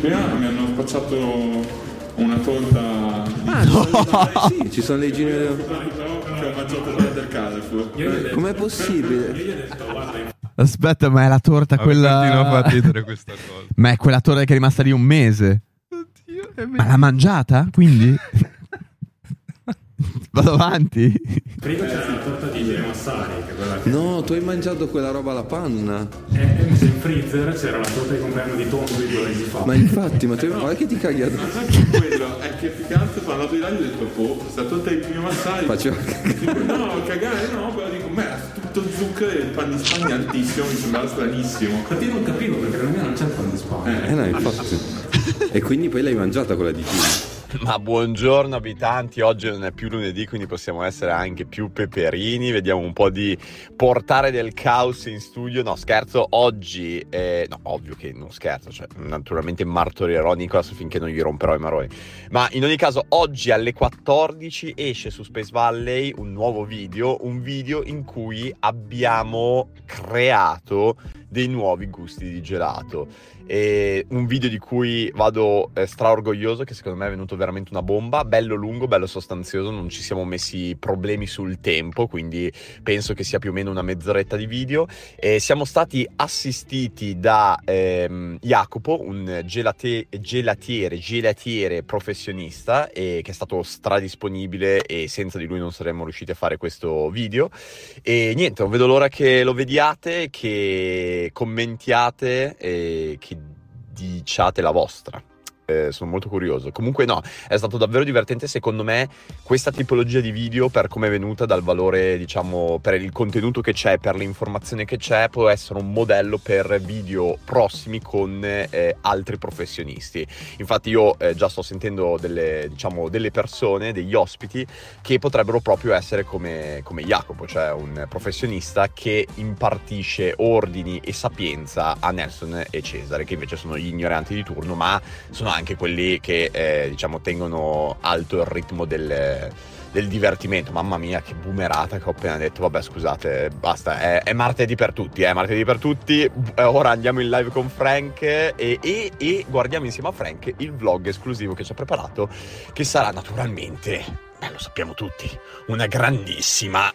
Prima ah, mi hanno spacciato una torta di Ah, ci sono- sì, ci sono dei giri. che ho mangiato quella del ecco. Carrefour. Com'è possibile? Aspetta, ma è la torta Continua a quella. far ridere questa cosa. ma è quella torta che è rimasta lì un mese. Oddio, è Ma l'ha mangiata? Quindi. Vado avanti. Prima c'era la torta di Massari, che è quella che No, tu hai mangiato quella roba alla panna. è in freezer, c'era la torta di compleanno di Tom di due mesi fa. Ma infatti, ma tu... guarda che ti caghi addosso. Ma sai che quello è che più che altro sono andato di là e gli ho detto, boh, sta torta di mio massaggio. Faceva Dico, no, cagare no, però dico, ma era tutto zucchero e il pan di spagna è altissimo, mi sembrava stranissimo. Infatti io non capivo perché nella mia non c'è il pan di Spagna. Eh no, infatti. E quindi poi l'hai mangiata quella di Gino. Ma buongiorno abitanti, oggi non è più lunedì quindi possiamo essere anche più peperini, vediamo un po' di portare del caos in studio, no scherzo, oggi, eh, no ovvio che non scherzo, cioè naturalmente martorirò Nicolas finché non gli romperò i maroni, ma in ogni caso oggi alle 14 esce su Space Valley un nuovo video, un video in cui abbiamo creato dei nuovi gusti di gelato e un video di cui vado eh, straorgoglioso che secondo me è venuto veramente una bomba bello lungo bello sostanzioso non ci siamo messi problemi sul tempo quindi penso che sia più o meno una mezz'oretta di video e siamo stati assistiti da ehm, Jacopo un gelate- gelatiere gelatiere professionista e che è stato stradisponibile e senza di lui non saremmo riusciti a fare questo video e niente, non vedo l'ora che lo vediate, che commentiate e che diciate la vostra. Eh, sono molto curioso. Comunque no, è stato davvero divertente secondo me questa tipologia di video per come è venuta dal valore, diciamo, per il contenuto che c'è, per l'informazione che c'è, può essere un modello per video prossimi con eh, altri professionisti. Infatti io eh, già sto sentendo delle, diciamo, delle persone, degli ospiti che potrebbero proprio essere come, come Jacopo, cioè un professionista che impartisce ordini e sapienza a Nelson e Cesare, che invece sono gli ignoranti di turno, ma sono anche quelli che eh, diciamo tengono alto il ritmo del, del divertimento. Mamma mia, che boomerata che ho appena detto. Vabbè, scusate, basta. È, è martedì per tutti, è martedì per tutti. Eh, Ora andiamo in live con Frank e, e- e guardiamo insieme a Frank il vlog esclusivo che ci ha preparato, che sarà naturalmente, beh, lo sappiamo tutti, una grandissima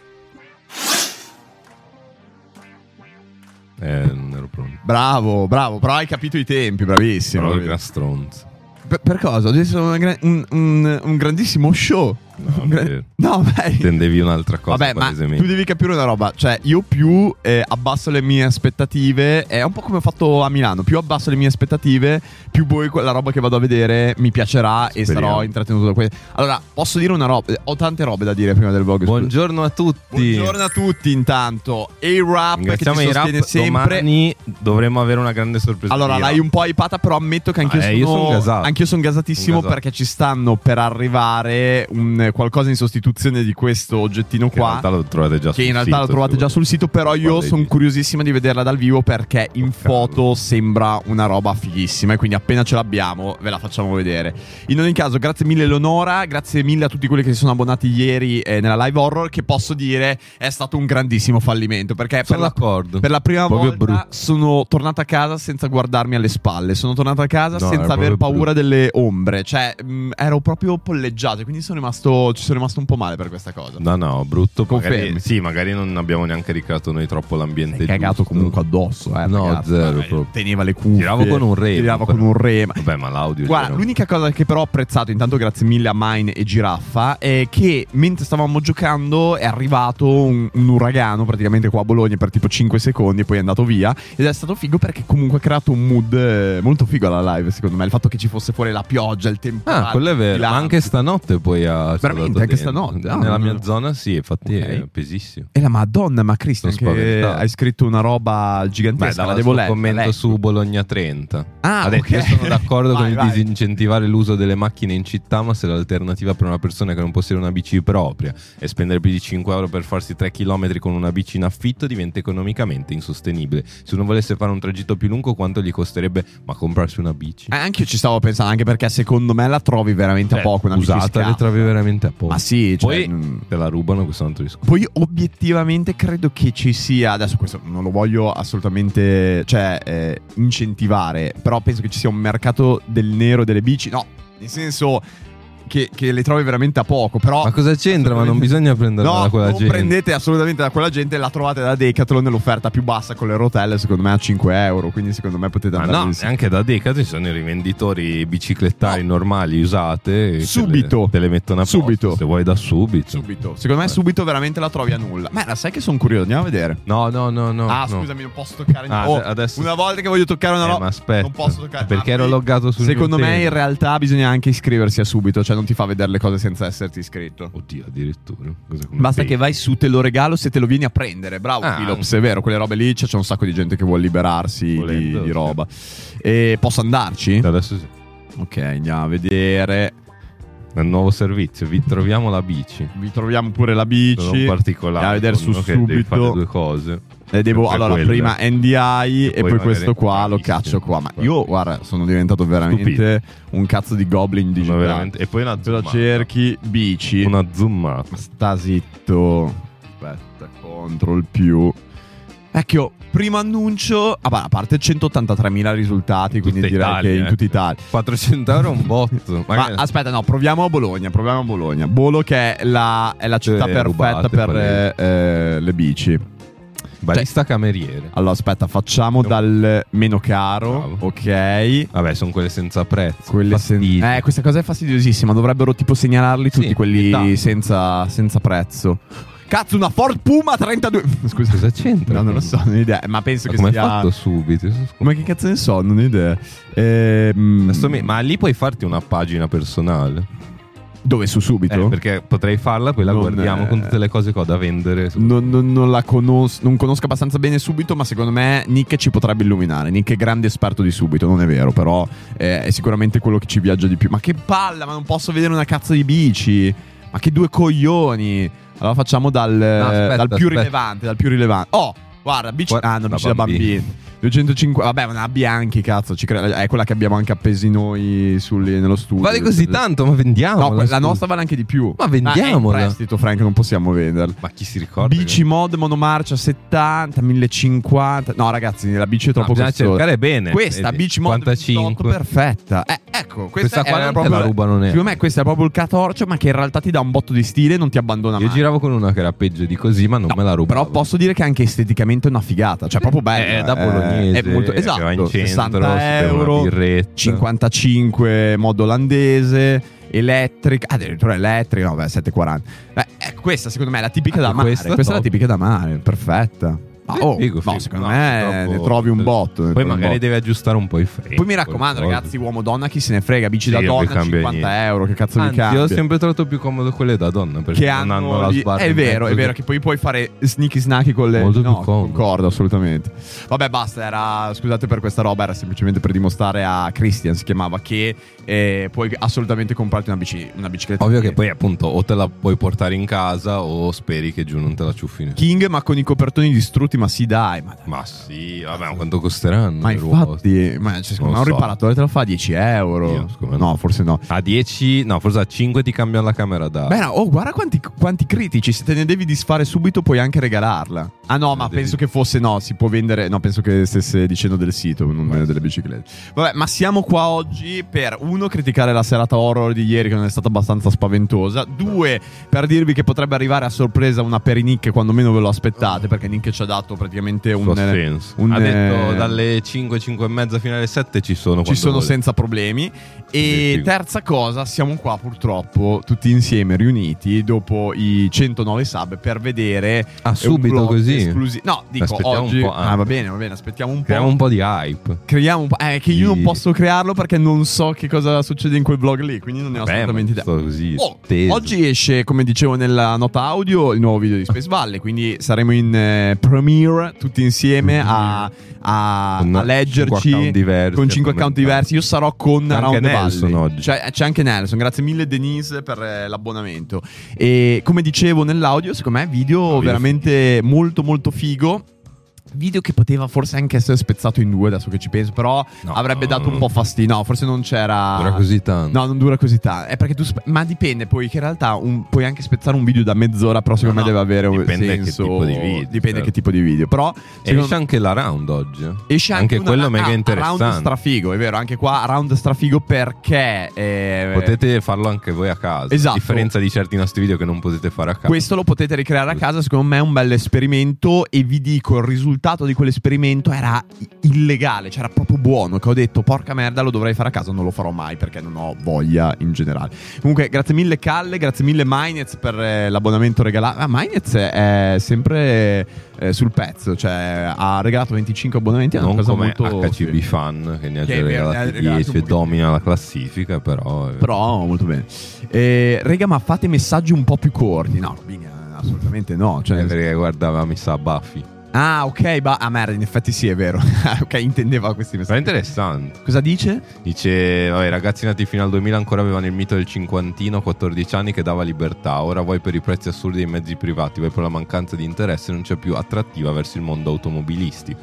Eh, non ero pronto. Bravo, bravo, però hai capito i tempi, bravissimo. Però era stronzo. Per, per cosa? Oggi sono una gran- un, un- un grandissimo show. No, Un gran- vero. no vai. Intendevi un'altra cosa, Vabbè, ma tu palesemente. devi capire una roba, cioè io più eh, abbasso le mie aspettative, è un po' come ho fatto a Milano, più abbasso le mie aspettative, più poi quella roba che vado a vedere mi piacerà e Speriamo. sarò intrattenuto da questo. Allora, posso dire una roba, ho tante robe da dire prima del vlog. scusa. Buongiorno a tutti. Buongiorno a tutti intanto, e rap che ti Ringraziamo i sostiene rap. sempre. Domani dovremmo avere una grande sorpresa. Allora, l'hai un po' hypata, però ammetto che anch'io Ah, eh, io sono, son gasato. anch'io son gasatissimo Son gasato. perché ci stanno per arrivare un, qualcosa in sostituzione di questo oggettino Che in qua. realtà lo trovate già Che sul in realtà sito, lo trovate se già sul volete. sito, però io Guarda i sono video. curiosissima di vederla dal vivo perché in Porca foto sembra una roba fighissima e quindi appena ce l'abbiamo ve la facciamo vedere. In ogni caso, grazie mille Leonora, grazie mille a tutti quelli che si sono abbonati ieri eh, nella live horror che posso dire è stato un grandissimo fallimento perché per Sono la, d'accordo. per la prima Proprio volta brutto. sono tornato a casa senza guardarmi alle spalle, sono tornato a casa No, senza era aver proprio paura delle ombre, cioè mh, ero proprio polleggiato e quindi sono rimasto, ci sono rimasto un po' male per questa cosa. No, no, brutto. Confermi. Magari, sì, magari non abbiamo neanche ricreato noi troppo l'ambiente. Sei cagato giusto. comunque addosso, eh, No, ragazzi. zero Vabbè, proprio. Teneva le cuffie. Tiravo con un rema. Tirava però. con un rema. Vabbè, ma l'audio. Guarda, l'unica cosa che però ho apprezzato, intanto grazie mille a Mine e Giraffa, è che mentre stavamo giocando è arrivato un, un uragano praticamente qua a Bologna per tipo 5 secondi e poi è andato via ed è stato figo perché comunque ha creato un mood eh, molto figo alla live secondo me, il fatto che ci fosse fuori la pioggia, il tempo. Ah, quello è vero. Ma anche stanotte poi ha. ci ha Veramente, dato anche dentro. stanotte? Ah, Nella no, mia no. zona, sì, infatti è Ok. pesissimo. E la madonna, ma Cristian, Sono che spaventato. hai scritto una roba Beh, gigantesca, la dava il devo suo leggere. commento leggi. su Bologna 30. Ah, ha detto: ok. Io sono d'accordo Vai, con vai. il disincentivare l'uso delle macchine in città, ma se l'alternativa per una persona che non possiede una bici propria è spendere più di 5 euro per farsi 3 km con una bici in affitto, diventa economicamente insostenibile. Se uno volesse fare un tragitto più lungo, quanto gli costerebbe? Ma comprarsi una bici? Eh, anche io ci stavo pensando, anche perché secondo me la trovi veramente a Cioè, poco una bici usata, scatola. le trovi veramente veramente a posto. Ma sì, cioè, Poi mm. te la rubano questo è un altro discorso. Poi obiettivamente credo che ci sia, adesso questo non lo voglio assolutamente cioè, eh, incentivare, però penso che ci sia un mercato del nero delle bici, no, nel senso che, che le trovi veramente a poco, però... Ma cosa c'entra? Ma non bisogna prenderla No, da quella non gente. prendete assolutamente da quella gente, la trovate da Decathlon l'offerta più bassa con le rotelle, secondo me a 5 euro, quindi secondo me potete Ma andare no, lì. anche da Decathlon ci sono i rivenditori biciclettari normali usate. e Te Subito. le, te le mettono a posto, Subito. Se vuoi da subito. Subito, secondo me Eh. subito veramente la trovi a nulla. Ma era, sai che sono curioso, andiamo a vedere. No, no, no, no. ah, no. scusami, non posso toccare Ah, niente. Oh, adesso- Una volta che voglio toccare una Eh, roba, ma aspetta. non posso toccare. Perché Ah, ero sì. loggato sul Secondo mio me in telefono. realtà bisogna anche iscriversi a subito, cioè non ti fa vedere le cose senza esserti iscritto. Oddio, addirittura. Cosa come Basta pay? che vai su, te lo regalo se te lo vieni a prendere. Bravo, Ah. Philops, è vero, quelle robe lì c'è, c'è un sacco di gente che vuole liberarsi di- Volendo, di, sì. roba. E posso andarci? Adesso sì. Ok, andiamo a vedere. Nel nuovo servizio, vi troviamo la bici. Vi troviamo pure la Sono bici. un particolare. Andiamo a vedere su secondo me, che devi subito. fare due cose. Eh, devo- Sempre allora, quella. prima NDI e, poi, ah, magari- questo qua lo caccio qua. Ma io, guarda, sono diventato veramente un cazzo di goblin Sono digitale. veramente- E poi una Te lo zoomata. cerchi, bici. Una zoomata. Sta zitto. Aspetta, control più. Vecchio, primo annuncio. Ah, bah, a parte 183.000 risultati, In quindi tutta direi Italia, che in eh. tutta Italia. 400 euro è un botto. Ma Magari- aspetta, no, proviamo a Bologna. Proviamo a Bologna. Bolo che è la, è la città Eh, perfetta rubate, per quelle- eh, eh, le bici. Barista cameriere. Allora, aspetta, facciamo No. dal meno caro. Bravo. Ok. Vabbè, sono quelle senza prezzo. Quelle sen- fastidio. eh, questa cosa è fastidiosissima. Dovrebbero tipo segnalarli Sì, tutti quelli età. senza, senza prezzo. Cazzo, una Ford Puma 32. Scusa, Cosa c'entra? No, non lo so, non ho idea. Ma penso Ma che come hai sia. fatto subito? Ma che cazzo ne so, non ho idea. Ehm, Adesso mi- Ma lì puoi farti una pagina personale. Dove su subito? Eh, perché potrei farla, poi la Non, guardiamo eh, con tutte le cose che ho da vendere. non, non- non la conos- non conosco abbastanza bene subito, ma secondo me Nick ci potrebbe illuminare. Nick è grande esperto di subito, non è vero, però eh, è sicuramente quello che ci viaggia di più. Ma che palla, ma non posso vedere una cazzo di bici. Ma che due coglioni. Allora facciamo dal, aspetta, dal più aspetta. rilevante, dal più rilevante. Oh, guarda, bici... Guarda, ah, no, da bici da bambini. bambini. 250, vabbè, ma ne abbia anche, cazzo, ci credo. È quella che abbiamo anche appesi noi sul- nello studio. Vale così tanto, Ah, ma vendiamola. No, que- la scusa. nostra vale anche di più. è Ma in vendiamola. prestito, Frank, non possiamo venderla. Ma chi si ricorda? bici mod monomarcia 70, 1050. No, ragazzi, la bici è No, troppo bisogna costosa. cercare bene. Questa Vedi, bici mod 45. 28, perfetta. Eh, ecco, questa, Questa qua è non te proprio la rubano neanche. Secondo me questa è proprio il catorcio, ma che in realtà ti dà un botto di stile e non ti abbandona Io mai. giravo con una che era peggio di così, ma non No, me la rubavo. Però posso dire che anche esteticamente è una figata. Cioè, proprio bella. Eh, da eh, bolognese, È molto, che va in esatto. centro, 60 si beve una euro, birretta. 55 modo olandese, elettrica. Ah, addirittura elettrica, no, beh, 740. Beh, eh, questa secondo me è la tipica Anche da mare. questa Questa, è è la top. tipica da mare, perfetta. Ma Sì, oh, figo, no, figo. secondo No, me troppo- ne trovi un botto. ne Poi trovi un magari botto. devi aggiustare un po' i freni. Poi mi raccomando, qualcosa. ragazzi, uomo-donna, chi se ne frega? Bici da Sì, non vi donna, cambia 50 niente. euro. Che cazzo Anzi, mi cambia? ho sempre trovato più comodo quelle da donna perché che non hanno, hanno la lì- sbarra. È in vero, è mezzo. vero che poi puoi fare sneaky snacky con le Molto più No, comodo. concordo assolutamente. Vabbè, basta, era scusate per questa roba, era semplicemente per dimostrare a Christian si chiamava che eh, puoi assolutamente comprarti una bici, una bicicletta. Ovvio che poi appunto o te la puoi portare in casa o speri che giù non te la ciuffino. King ma con i copertoni distrutti, ma si dai, ma Ma sì, vabbè, ma quanto costeranno? ma le ruote? infatti, ma cioè, secondo me Non un so. riparatore te lo fa a 10 euro. Io, secondo me no, forse no. A 10, no, forse a 5 ti cambiano la camera da. Beh, no, oh, guarda quanti, quanti critici. Se te ne devi disfare subito, puoi anche regalarla. Ah, no, ma Devi- penso che fosse no. Si può vendere. No, penso che stesse dicendo del sito, non delle biciclette. Vabbè, ma siamo qua oggi per uno, criticare la serata horror di ieri, che non è stata abbastanza spaventosa. Due, per dirvi che potrebbe arrivare a sorpresa una per i Nick quando meno ve lo aspettate, perché Nick ci ha dato praticamente un. eh, Suo senso. un- ha detto eh, dalle 5, 5 e mezza fino alle 7 ci sono. Ci quando sono vuole. senza problemi. E Sì, sì. terza cosa, siamo qua purtroppo tutti insieme riuniti dopo i 109 sub per vedere. Ah, un subito vlog così. esclusi- No, dico Aspettiamo un oggi. po', ah. Ah, va bene, va bene, aspettiamo un po'. Creiamo un po' di hype. Creiamo un po'. Eh, che io Sì. non posso crearlo perché non so che cosa succede in quel vlog lì, quindi non ne ho Vabbè, assolutamente ma idea. giusto così, Oh, teso. oggi esce, come dicevo nella nota audio, il nuovo video di Space Valley, quindi saremo in eh, premiere tutti insieme a, a- Con a cinque account leggerci diversi, con 5 a commentare. account diversi. Io sarò con C'è anche Round the Nelson Valley. oggi. Cioè, c'è anche Nelson, grazie mille Denise per eh, l'abbonamento. E come dicevo nell'audio, secondo me è video video veramente molto molto figo. video che poteva forse anche essere spezzato in due, adesso che ci penso, però No. avrebbe dato un po' fastidio. No, forse non c'era... Dura così tanto. No, non dura così tanto. È perché tu. sp- ma dipende poi, che in realtà un- puoi anche spezzare un video da mezz'ora, però secondo No, me no, deve avere un dipende che senso. tipo di video, Dipende certo. che tipo di video. Però e secondo- esce anche la round oggi. eh. esce anche, una- quello ah, mega Round interessante. strafigo, è vero, anche qua round strafigo perché. eh, Potete farlo anche voi a casa. Esatto. A differenza di certi nostri video che non potete fare a casa. Questo lo potete ricreare a casa, secondo me è un bel esperimento e vi dico il risultato di quell'esperimento era i- illegale, cioè era proprio buono, che ho detto porca merda lo dovrei fare a casa, non lo farò mai perché non ho voglia in generale. Comunque grazie mille Calle, grazie mille Minez per eh, l'abbonamento regalato. Ah, Minez è sempre eh, sul pezzo, cioè ha regalato 25 abbonamenti, è una non cosa come molto... HCB sì. fan che ne ha Che ne già ha regalati regalati un 10 e pochino. domina la classifica, però. eh, Però molto bene. Eh, rega, ma fate messaggi un po' più corti. No, Robin, assolutamente no. Cioè, eh, perché guardava mi sa Buffy. Ah, ok, ma ah, merda, in effetti sì, è vero. ok, intendeva questi Sarà messaggi. interessante. Cosa dice? Dice, vabbè, i ragazzi nati fino al 2000 ancora avevano il mito del cinquantino, 14 anni che dava libertà. Ora vuoi per i prezzi assurdi dei mezzi privati, vuoi per la mancanza di interesse, non c'è più attrattiva verso il mondo automobilisti.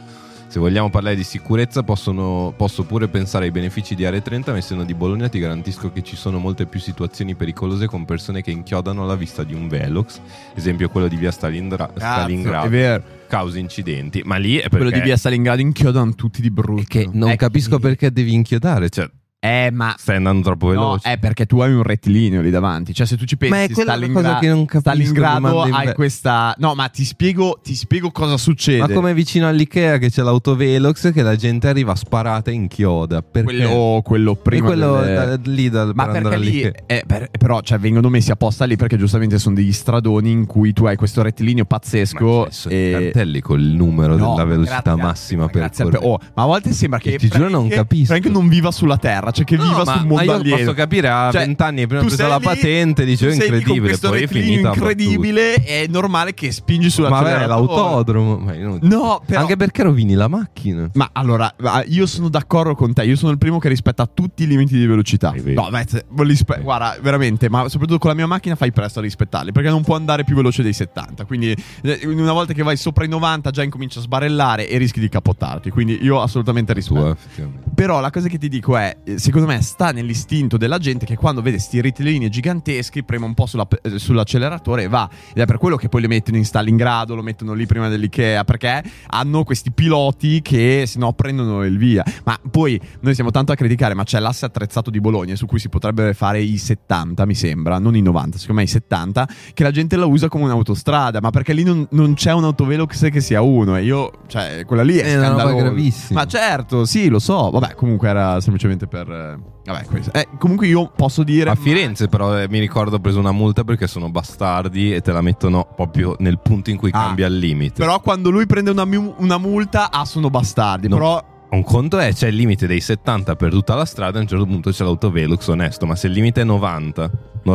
Se vogliamo parlare di sicurezza, possono- posso pure pensare ai benefici di Area 30, ma essendo di Bologna ti garantisco che ci sono molte più situazioni pericolose con persone che inchiodano alla vista di un Velox, esempio quello di via Stalindra- Cazzo, è Stalingrado, vero. causa incidenti. Ma lì è perché... Quello di via Stalingrado inchiodano tutti di brutto. Che non Eh, capisco chi- perché devi inchiodare, cioè Eh, ma. stai andando troppo No, veloce. è perché tu hai un rettilineo lì davanti. Cioè, se tu ci pensi, Ma è quella la Stalingra- cosa che non capisco, mi Stalingrado manda in hai ve- questa. No, ma ti spiego, ti spiego cosa succede. Ma come vicino all'Ikea che c'è l'autovelox che la gente arriva sparata in chioda. Perché? quello, oh, quello E prima. quello delle- da- lì dal, Ma per perché andare lì, all'Ikea. eh, per- però, cioè, vengono messi apposta lì perché giustamente sono degli stradoni in cui tu hai questo rettilineo pazzesco. Ma ci sono i e... cartelli col numero No, della velocità grazie, massima grazie, per grazie al- oh, ma a volte sembra che Ti giuro, non Frank- capisco. Frank non viva sulla terra, cioè che No, viva ma- sul mondo ma io alieno. Cioè, posso capire, a 20 anni prima tu ho preso sei la lì- patente, dicevo, tu sei lì con incredibile, questo poi è rettilineo finita la incredibile, è normale che spingi sulla Ma terra. Oh. vabbè, l'autodromo. ma io non- No, però Anche perché rovini la macchina. ma allora, ma io sono d'accordo con te. Io sono il primo che rispetta tutti i limiti di velocità. È vero. No, beh, se- li spe- Sì. guarda, veramente, ma soprattutto con la mia macchina fai presto a rispettarli perché non può andare più veloce dei 70. Quindi, eh, una volta che vai sopra i 90, già incominci a sbarellare e rischi di capottarti. Quindi, io assolutamente rispetto. Tua, eh, effettivamente. Però la cosa che ti dico è, eh, secondo me sta nell'istinto della gente che quando vede sti rettilinei giganteschi preme un po' sulla- eh, sull'acceleratore e va. Ed è per quello che poi le mettono in Stalingrado, lo mettono lì prima dell'Ikea, perché hanno questi piloti che se no prendono il via. Ma poi noi siamo tanto a criticare, ma c'è l'asse attrezzato di Bologna su cui si potrebbe fare i 70, mi sembra, non i 90, secondo me i 70, che la gente la usa come un'autostrada, ma perché lì non, non c'è un autovelox che sia uno. E io, cioè, quella lì è, È una roba scandalosa. gravissima. Ma certo, sì, lo so. Vabbè, comunque era semplicemente per. eh, Vabbè, questo. Eh, comunque io posso dire. A Firenze, però, eh, mi ricordo, ho preso una multa perché sono bastardi e te la mettono proprio nel punto in cui Ah, cambia il limite. Però quando lui prende una, mu- una multa, ah, sono bastardi. No. Però. Un conto è c'è il limite dei 70 per tutta la strada, a un certo punto c'è l'autovelox, onesto, ma se il limite è 90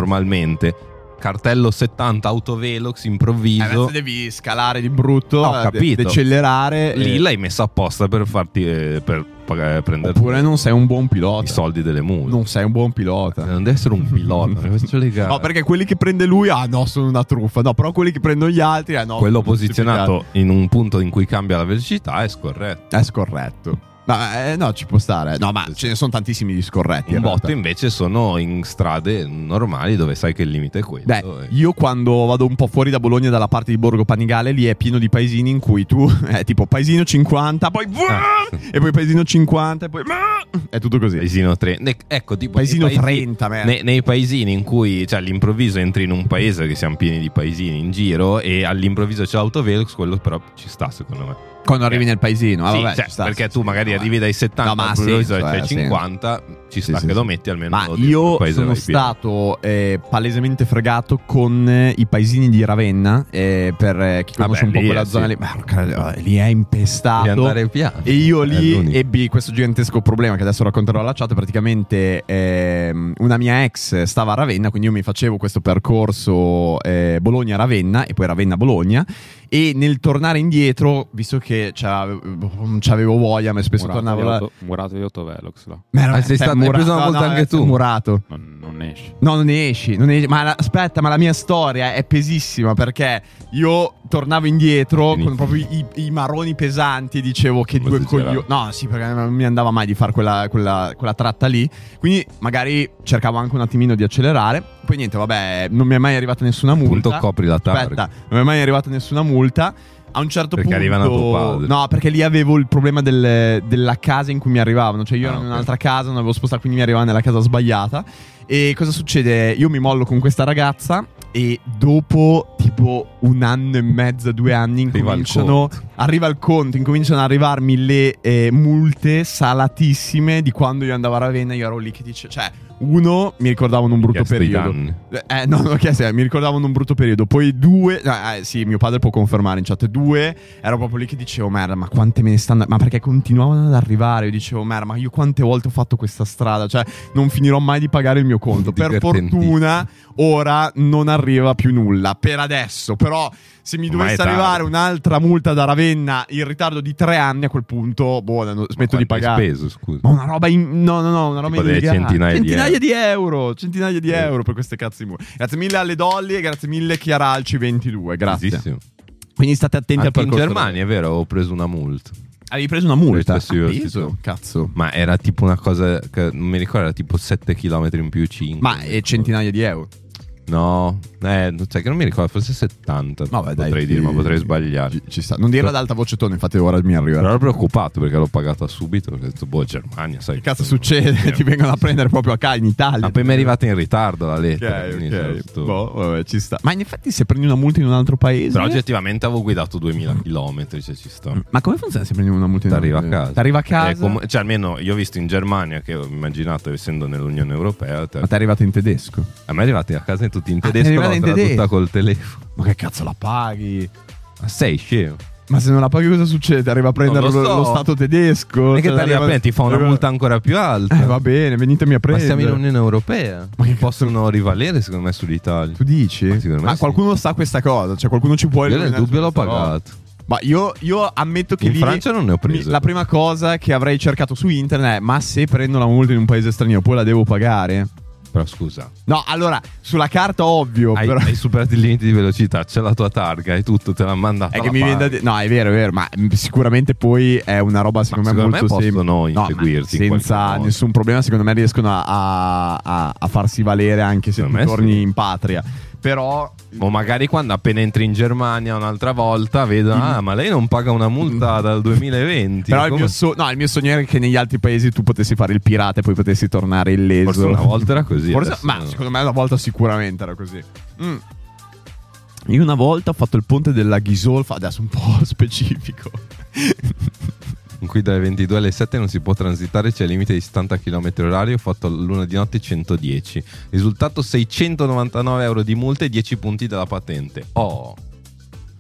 normalmente, cartello 70 autovelox eh, improvviso, se devi scalare di brutto, No, ho eh, capito. decelerare. eh, lì l'hai messa apposta per farti eh, per pag- prendere Oppure non sei un buon i pilota. soldi delle multe. Non sei un buon pilota. Non deve essere un pilota, mi faccio le gare. No, perché quelli che prende lui, ah no, sono una truffa. No, però quelli che prendono gli altri, ah no. quello sono giustificati. posizionato in un punto in cui cambia la velocità è scorretto. È scorretto. Ma eh, no, ci può stare. No, ma ce ne sono tantissimi di scorretti. Un in botto realtà. invece sono in strade normali dove sai che il limite è quello. Beh, e- io quando vado un po' fuori da Bologna, dalla parte di Borgo Panigale, lì è pieno di paesini in cui tu è tipo paesino 50, Ah, poi e poi paesino 50, e poi è tutto così. Paesino 30. Ne- Ecco, tipo Paesino nei paesi- 30, merda. ne- nei paesini in cui cioè, all'improvviso entri in un paese che siamo pieni di paesini in giro e all'improvviso c'è l'autovelox, quello però ci sta secondo me. Quando arrivi nel paesino, ah, Eh. Sì, vabbè, cioè, ci sta, perché sì, tu sì, magari vabbè. arrivi dai 70 No, eh. ma ha all'improvviso senso, c'è eh, ha 50, ci Sì, sta sì, che lo sì. metti almeno Ma dentro il io paese sono vai via. stato eh, palesemente fregato con eh, i paesini di Ravenna, eh, per eh, chi Vabbè, conosce un po' lì, quella eh, zona sì. lì, ma, porca- lì è impestato. Devi andare piano. E io È lì l'unico. ebbi questo gigantesco problema che adesso racconterò alla chat. Praticamente ehm, una mia ex stava a Ravenna, quindi io mi facevo questo percorso eh, Bologna-Ravenna e poi Ravenna-Bologna. E nel tornare indietro, visto che c'avevo, non c'avevo voglia, ma spesso murato, tornavo di là. auto- murato di Autovelox là. Ma era- Ah, sei cioè, stato- hai preso una volta anche sei tu. Murato. Non, non non ne esci. No, non ne esci, non ne esci. Ma la- aspetta, ma la mia storia è pesissima perché io tornavo indietro Quindi- con proprio i, i maroni pesanti e dicevo che Ma due tu c'era? coglioni. No, sì, perché non mi andava mai di fare quella, quella- quella tratta lì. Quindi magari cercavo anche un attimino di accelerare. Poi niente, vabbè, non mi è mai arrivata nessuna multa. Appunto copri la targa. Aspetta, non mi è mai arrivata nessuna multa. A un certo Perché punto. arrivano a tuo padre. No, perché lì avevo il problema del- della casa in cui mi arrivavano. Cioè, io Ah, ero in ok. un'altra casa, non avevo spostato, quindi mi arrivava nella casa sbagliata. E cosa succede? Io mi mollo con questa ragazza. E dopo tipo un anno e mezzo, due anni, Arriva il incominciano. Arriva il conto, incominciano ad arrivarmi le eh, multe salatissime di quando io andavo a Ravenna. Io ero lì che dice. Cioè, uno mi ricordavano un brutto Chiesto i periodo. danni. Eh, no, no, che se- mi ricordavano un brutto periodo. Poi due, no, eh, sì, mio padre può confermare in chat. Due, ero proprio lì che dicevo, merda, ma quante me ne stanno. Ma perché continuavano ad arrivare? Io dicevo, merda, ma io quante volte ho fatto questa strada? Cioè, non finirò mai di pagare il mio conto. Per Divertentissimo. fortuna, ora non arriva più nulla. Per adesso, però, se mi Ormai è dovesse tardi. arrivare un'altra multa da Ravenna in ritardo di tre anni, a quel punto, boh, no, smetto Ma di quanto hai pagare. speso, scusa. Ma una roba in... No, no, no, una roba Tipo delle illegale. centinaia di Eh. di euro. Centinaia di Sì. euro per queste cazzo di mura. Grazie mille alle Dolly e grazie mille Chiaralci22. Grazie. Bellissimo. Quindi state attenti Anche al in percorso. Germania, è vero, ho preso una multa. Avevi preso una multa. Questo sì, ho Ah, peso? scritto. Cazzo. Ma era tipo una cosa che non mi ricordo, era tipo 7 km in più 5. Ma è centinaia di euro. No, eh, non- sai che non mi ricordo, forse 70. Vabbè, dai, potrei sì. dire, ma potrei sbagliare. Ci, ci sta. Non dirlo ad alta voce tono, infatti ora mi arriverà. Ero preoccupato perché l'ho pagata subito. Ho detto, boh, Germania, sai. Che cazzo succede? Ti vengono a prendere proprio a casa in Italia. Ma poi mi è arrivata in ritardo la lettera. Ok, quindi sono ok. stato- Boh, vabbè, ci sta. Ma in effetti se prendi una multa in un altro paese... Però oggettivamente avevo guidato 2000 km, cioè ci sto. Ma come funziona se prendi una multa in un altro paese? T'arriva a casa. Mm. T'arriva a casa. Eh, com- cioè, almeno io ho visto in Germania, che ho immaginato, essendo nell'Unione Europea, te- Ma ti è arrivato in tedesco. a me è arrivati a casa in tutti in Ah, ti è tedesco, l'ho arrivata in tutta tedesco. col telefono. Ma che cazzo la paghi? Ma sei scemo. Ma se non la paghi cosa succede? Arriva a prendere Non lo lo, so. lo Stato tedesco? Non Cioè, è che ti arriva arriva- appena ti fa una arriva- multa ancora più alta. Eh va bene, venitemi a Ma prendere. siamo in Unione Europea. Ma che cazzo- possono rivalere, secondo me, sull'Italia. Tu dici? Ma secondo me Ma sì. qualcuno sa questa cosa? Cioè qualcuno ci può... Io nel illuminare dubbio su l'ho questa roba? pagato. Ma io, io ammetto che In lì- Francia non ne ho preso. mi- La prima cosa che avrei cercato su internet è ma se prendo la multa in un paese straniero poi la devo pagare? Però scusa, No, allora, sulla carta ovvio, hai, però... hai superato i limiti di velocità, c'è la tua targa, hai tutto, te l'ha mandata. È che alla mi viene da pari. dire. No, è vero, è vero, ma mm, sicuramente poi è una roba, secondo me, secondo me molto possono semplice. inseguirti in qualche senza modo. nessun problema, secondo me riescono a, a- a farsi valere anche se Secondo tu me torni sì. in patria. Però. O magari quando appena entri in Germania un'altra volta vedono, Il- ah, ma lei non paga una multa dal 2020. Però il Come- mio, so- no, il mio sogno era che negli altri paesi tu potessi fare il pirata e poi potessi tornare illeso. Forse una volta era così. Forse- adesso ma no. secondo me una volta sicuramente era così. Mm. Io una volta ho fatto il ponte della Ghisolfa, adesso un po' specifico. Qui dalle 22 alle 7 non si può transitare, c'è il limite di 70 km h ho fatto l'una di notte 110. Risultato 699 euro di multa e 10 punti dalla patente. Oh,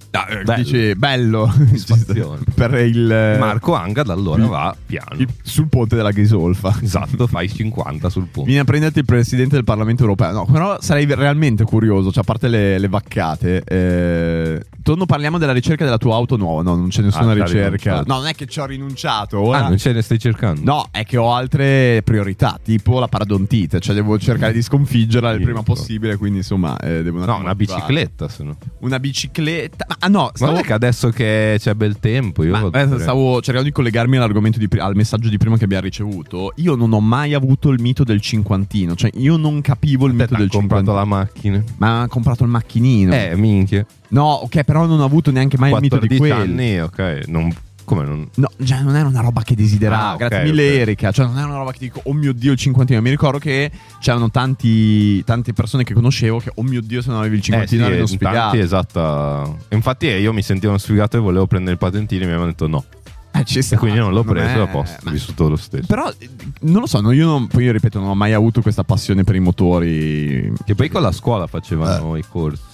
bello. eh, Dice eh, bello Soddisfazione. per il Marco Anga da allora va piano. il- sul ponte della Grisolfa. Esatto, fai 50 sul punto. Vieni a prenderti il presidente del Parlamento europeo. No, però sarei realmente curioso, cioè a parte le, le vaccate. eh, Torno, parliamo della ricerca della tua auto nuova. No, non c'è nessuna Ah, c'ha ricerca. rinunciato. No, non è che ci ho rinunciato. Ora... Ah, non ce ne stai cercando? No, è che ho altre priorità, tipo la paradontite, cioè devo cercare di sconfiggerla il Sì, prima ecco. possibile, quindi insomma eh, devo un No, attimo una attivare. bicicletta se no. Una bicicletta. Ma ah, no, stavo, Guarda che adesso che c'è bel tempo, io Ma, vado eh, pure- stavo cercando di collegarmi all'argomento di pri- al messaggio di prima che abbiamo ricevuto. Io non ho mai avuto il mito del cinquantino, cioè io non capivo il mito Aspetta, del ho comprato cinquantino. la macchina. Ma ha comprato il macchinino. Eh, minchia. No, ok, però non ho avuto neanche mai il mito di 14 quello. anni, ok. Non... Come non... No, già non era una roba che desideravo. Ah, ok, Grazie mille, ok. Erika. Cioè, non era una roba che dico, oh mio dio, il cinquantino. Mi ricordo che c'erano tanti, tante persone che conoscevo che, oh mio dio, se non avevi il cinquantino eh, eri uno sì, in tanti, sfigato. esatta. Infatti eh, io mi sentivo uno sfigato e volevo prendere il patentino e mi avevano detto no. Eh, ci E sta, quindi non l'ho secondo preso me- e a posto, ho ma- vissuto lo stesso. Però, eh, non lo so, no, io non- poi io ripeto, non ho mai avuto questa passione per i motori. Eh. Che poi con la scuola facevano i corsi.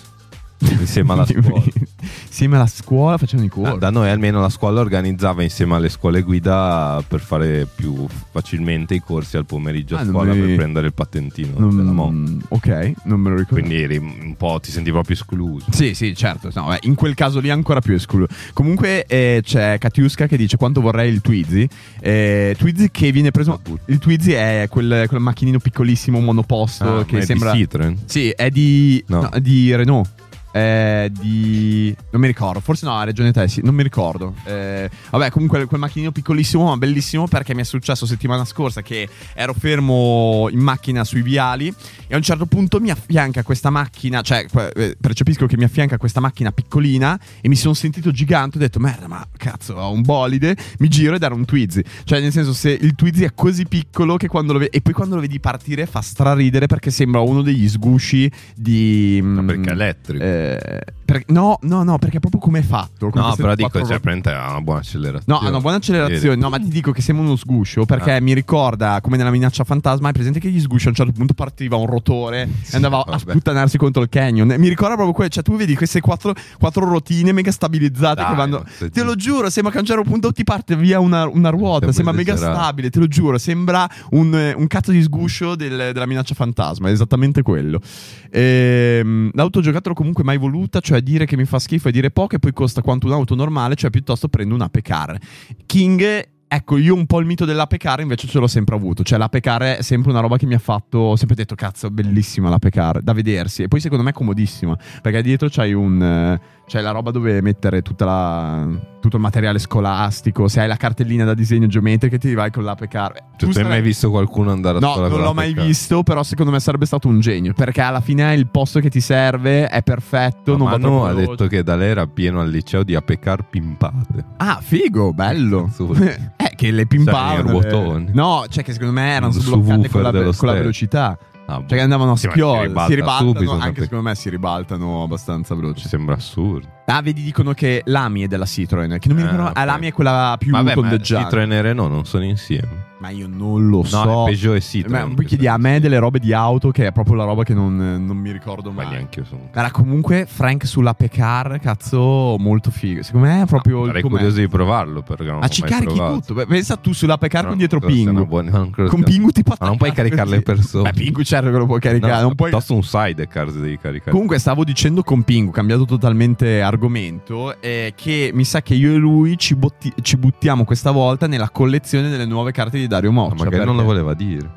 Insieme alla scuola. insieme alla scuola facevano i Ah, corsi. da noi almeno la scuola organizzava insieme alle scuole guida per fare più facilmente i corsi al pomeriggio Ah, a non scuola mi- per prendere il patentino Non- della mo. Mm, ok, non me lo ricordo. Quindi eri un po', ti sentivi proprio escluso. Sì, sì, certo. No, beh, in quel caso lì ancora più escluso. Comunque eh, c'è Katiuska che dice quanto vorrei il Twizy. Eh, Twizy che viene preso. Il Twizy è quel, quel macchinino piccolissimo monoposto Ah, ma è che di sembra. Citroen? Sì, è di. No. no, è di Renault. È eh, di. Non mi ricordo, forse no, a Regione Tessi, non mi ricordo. Eh, vabbè, comunque quel macchinino piccolissimo, ma bellissimo perché mi è successo settimana scorsa che ero fermo in macchina sui viali e a un certo punto mi affianca questa macchina, cioè eh, percepisco che mi affianca questa macchina piccolina e mi sono sentito gigante, ho detto merda, ma cazzo, ho un bolide, mi giro ed era un Twizy. Cioè, nel senso, se il Twizy è così piccolo che quando lo vedi. E poi quando lo vedi partire fa straridere perché sembra uno degli sgusci di. mm, Ma perché è elettrico. eh, per- no, no, no, perché è proprio come è fatto. come no, se però quattro dico, ruote- cioè, praticamente ha una buona accelerazione. No, ha una buona accelerazione. No, ma ti dico che sembra uno sguscio perché Ah. mi ricorda come nella minaccia fantasma. Hai presente che gli sgusci a un certo punto partiva un rotore Sì, e andava a vabbè. sputtanarsi contro il canyon. Mi ricorda proprio quello. Cioè, tu vedi queste quattro, quattro rotine mega stabilizzate Dai, che vanno. ma se Te ti- lo giuro, sembra che a un certo punto ti parte via una, una ruota. Sembra Sembra mega esagerato. stabile, te lo giuro. Sembra un, eh, un cazzo di sguscio del- della minaccia fantasma. È esattamente quello. Ehm, l'autogiocatore comunque mai voluta, cioè dire che mi fa schifo e dire poco e poi costa quanto un'auto normale, cioè piuttosto prendo un car. King, ecco, io un po' il mito dell'apecar invece ce l'ho sempre avuto. Cioè, l'apecar è sempre una roba che mi ha fatto. Ho sempre detto, cazzo, bellissima l'apecar, da vedersi. E poi secondo me è comodissima. Perché dietro c'hai un. eh, C'è la roba dove mettere tutta la- tutto il materiale scolastico. Se hai la cartellina da disegno geometrica, ti vai con l'apecar. Cioè, tu hai mai visto qualcuno andare a No, scuola non con l'ho la mai Pecca? visto, però secondo me sarebbe stato un genio. Perché alla fine il posto che ti serve è perfetto. non va Manu troppo ha veloce. detto che da lei era pieno al liceo di apecar pimpate. Ah, figo, bello. Cazzone. Eh, che le Sai, i pimpavano. ruotoni. No, cioè, che secondo me erano Su sbloccate con la, woofer dello con la step. velocità. Ah, boh. Cioè, che andavano a Sì, ma schiolo. si ribalta ribaltano, subito, anche sempre. secondo me si ribaltano abbastanza Ci veloci. sembra assurdo. Ah, vedi, dicono che l'AMI è della Citroen. Che non mi Ah, ricordo. Ah, ok. l'AMI è quella più Vabbè, ma tondeggiante. Citroen e Renault non sono insieme. Ma io non lo so. No, è Peugeot e Citroen. Ma poi chiedi a me delle robe di auto, che è proprio la roba che non, non mi ricordo Ma mai. neanche io sono... Era comunque Frank sulla Pecar, cazzo, molto figo. Secondo me è proprio il Sarei com'è. curioso di provarlo perché non Ma l'ho ci mai carichi provato. tutto. Beh, pensa tu sulla Pecar Però con dietro non credo sia una Pingu. buona- non credo Con sia- Pingu ti può Ma non puoi attaccare caricare le così. persone. Beh, Pingu certo che lo puoi caricare. No, non puoi- Piuttosto un sidecar devi caricare. Comunque stavo dicendo con Pingu, cambiato totalmente argomento, eh, che mi sa che io e lui ci, botti- ci buttiamo questa volta nella collezione delle nuove carte di Dario Ma Moccia. magari non lo cioè, perché- voleva dire.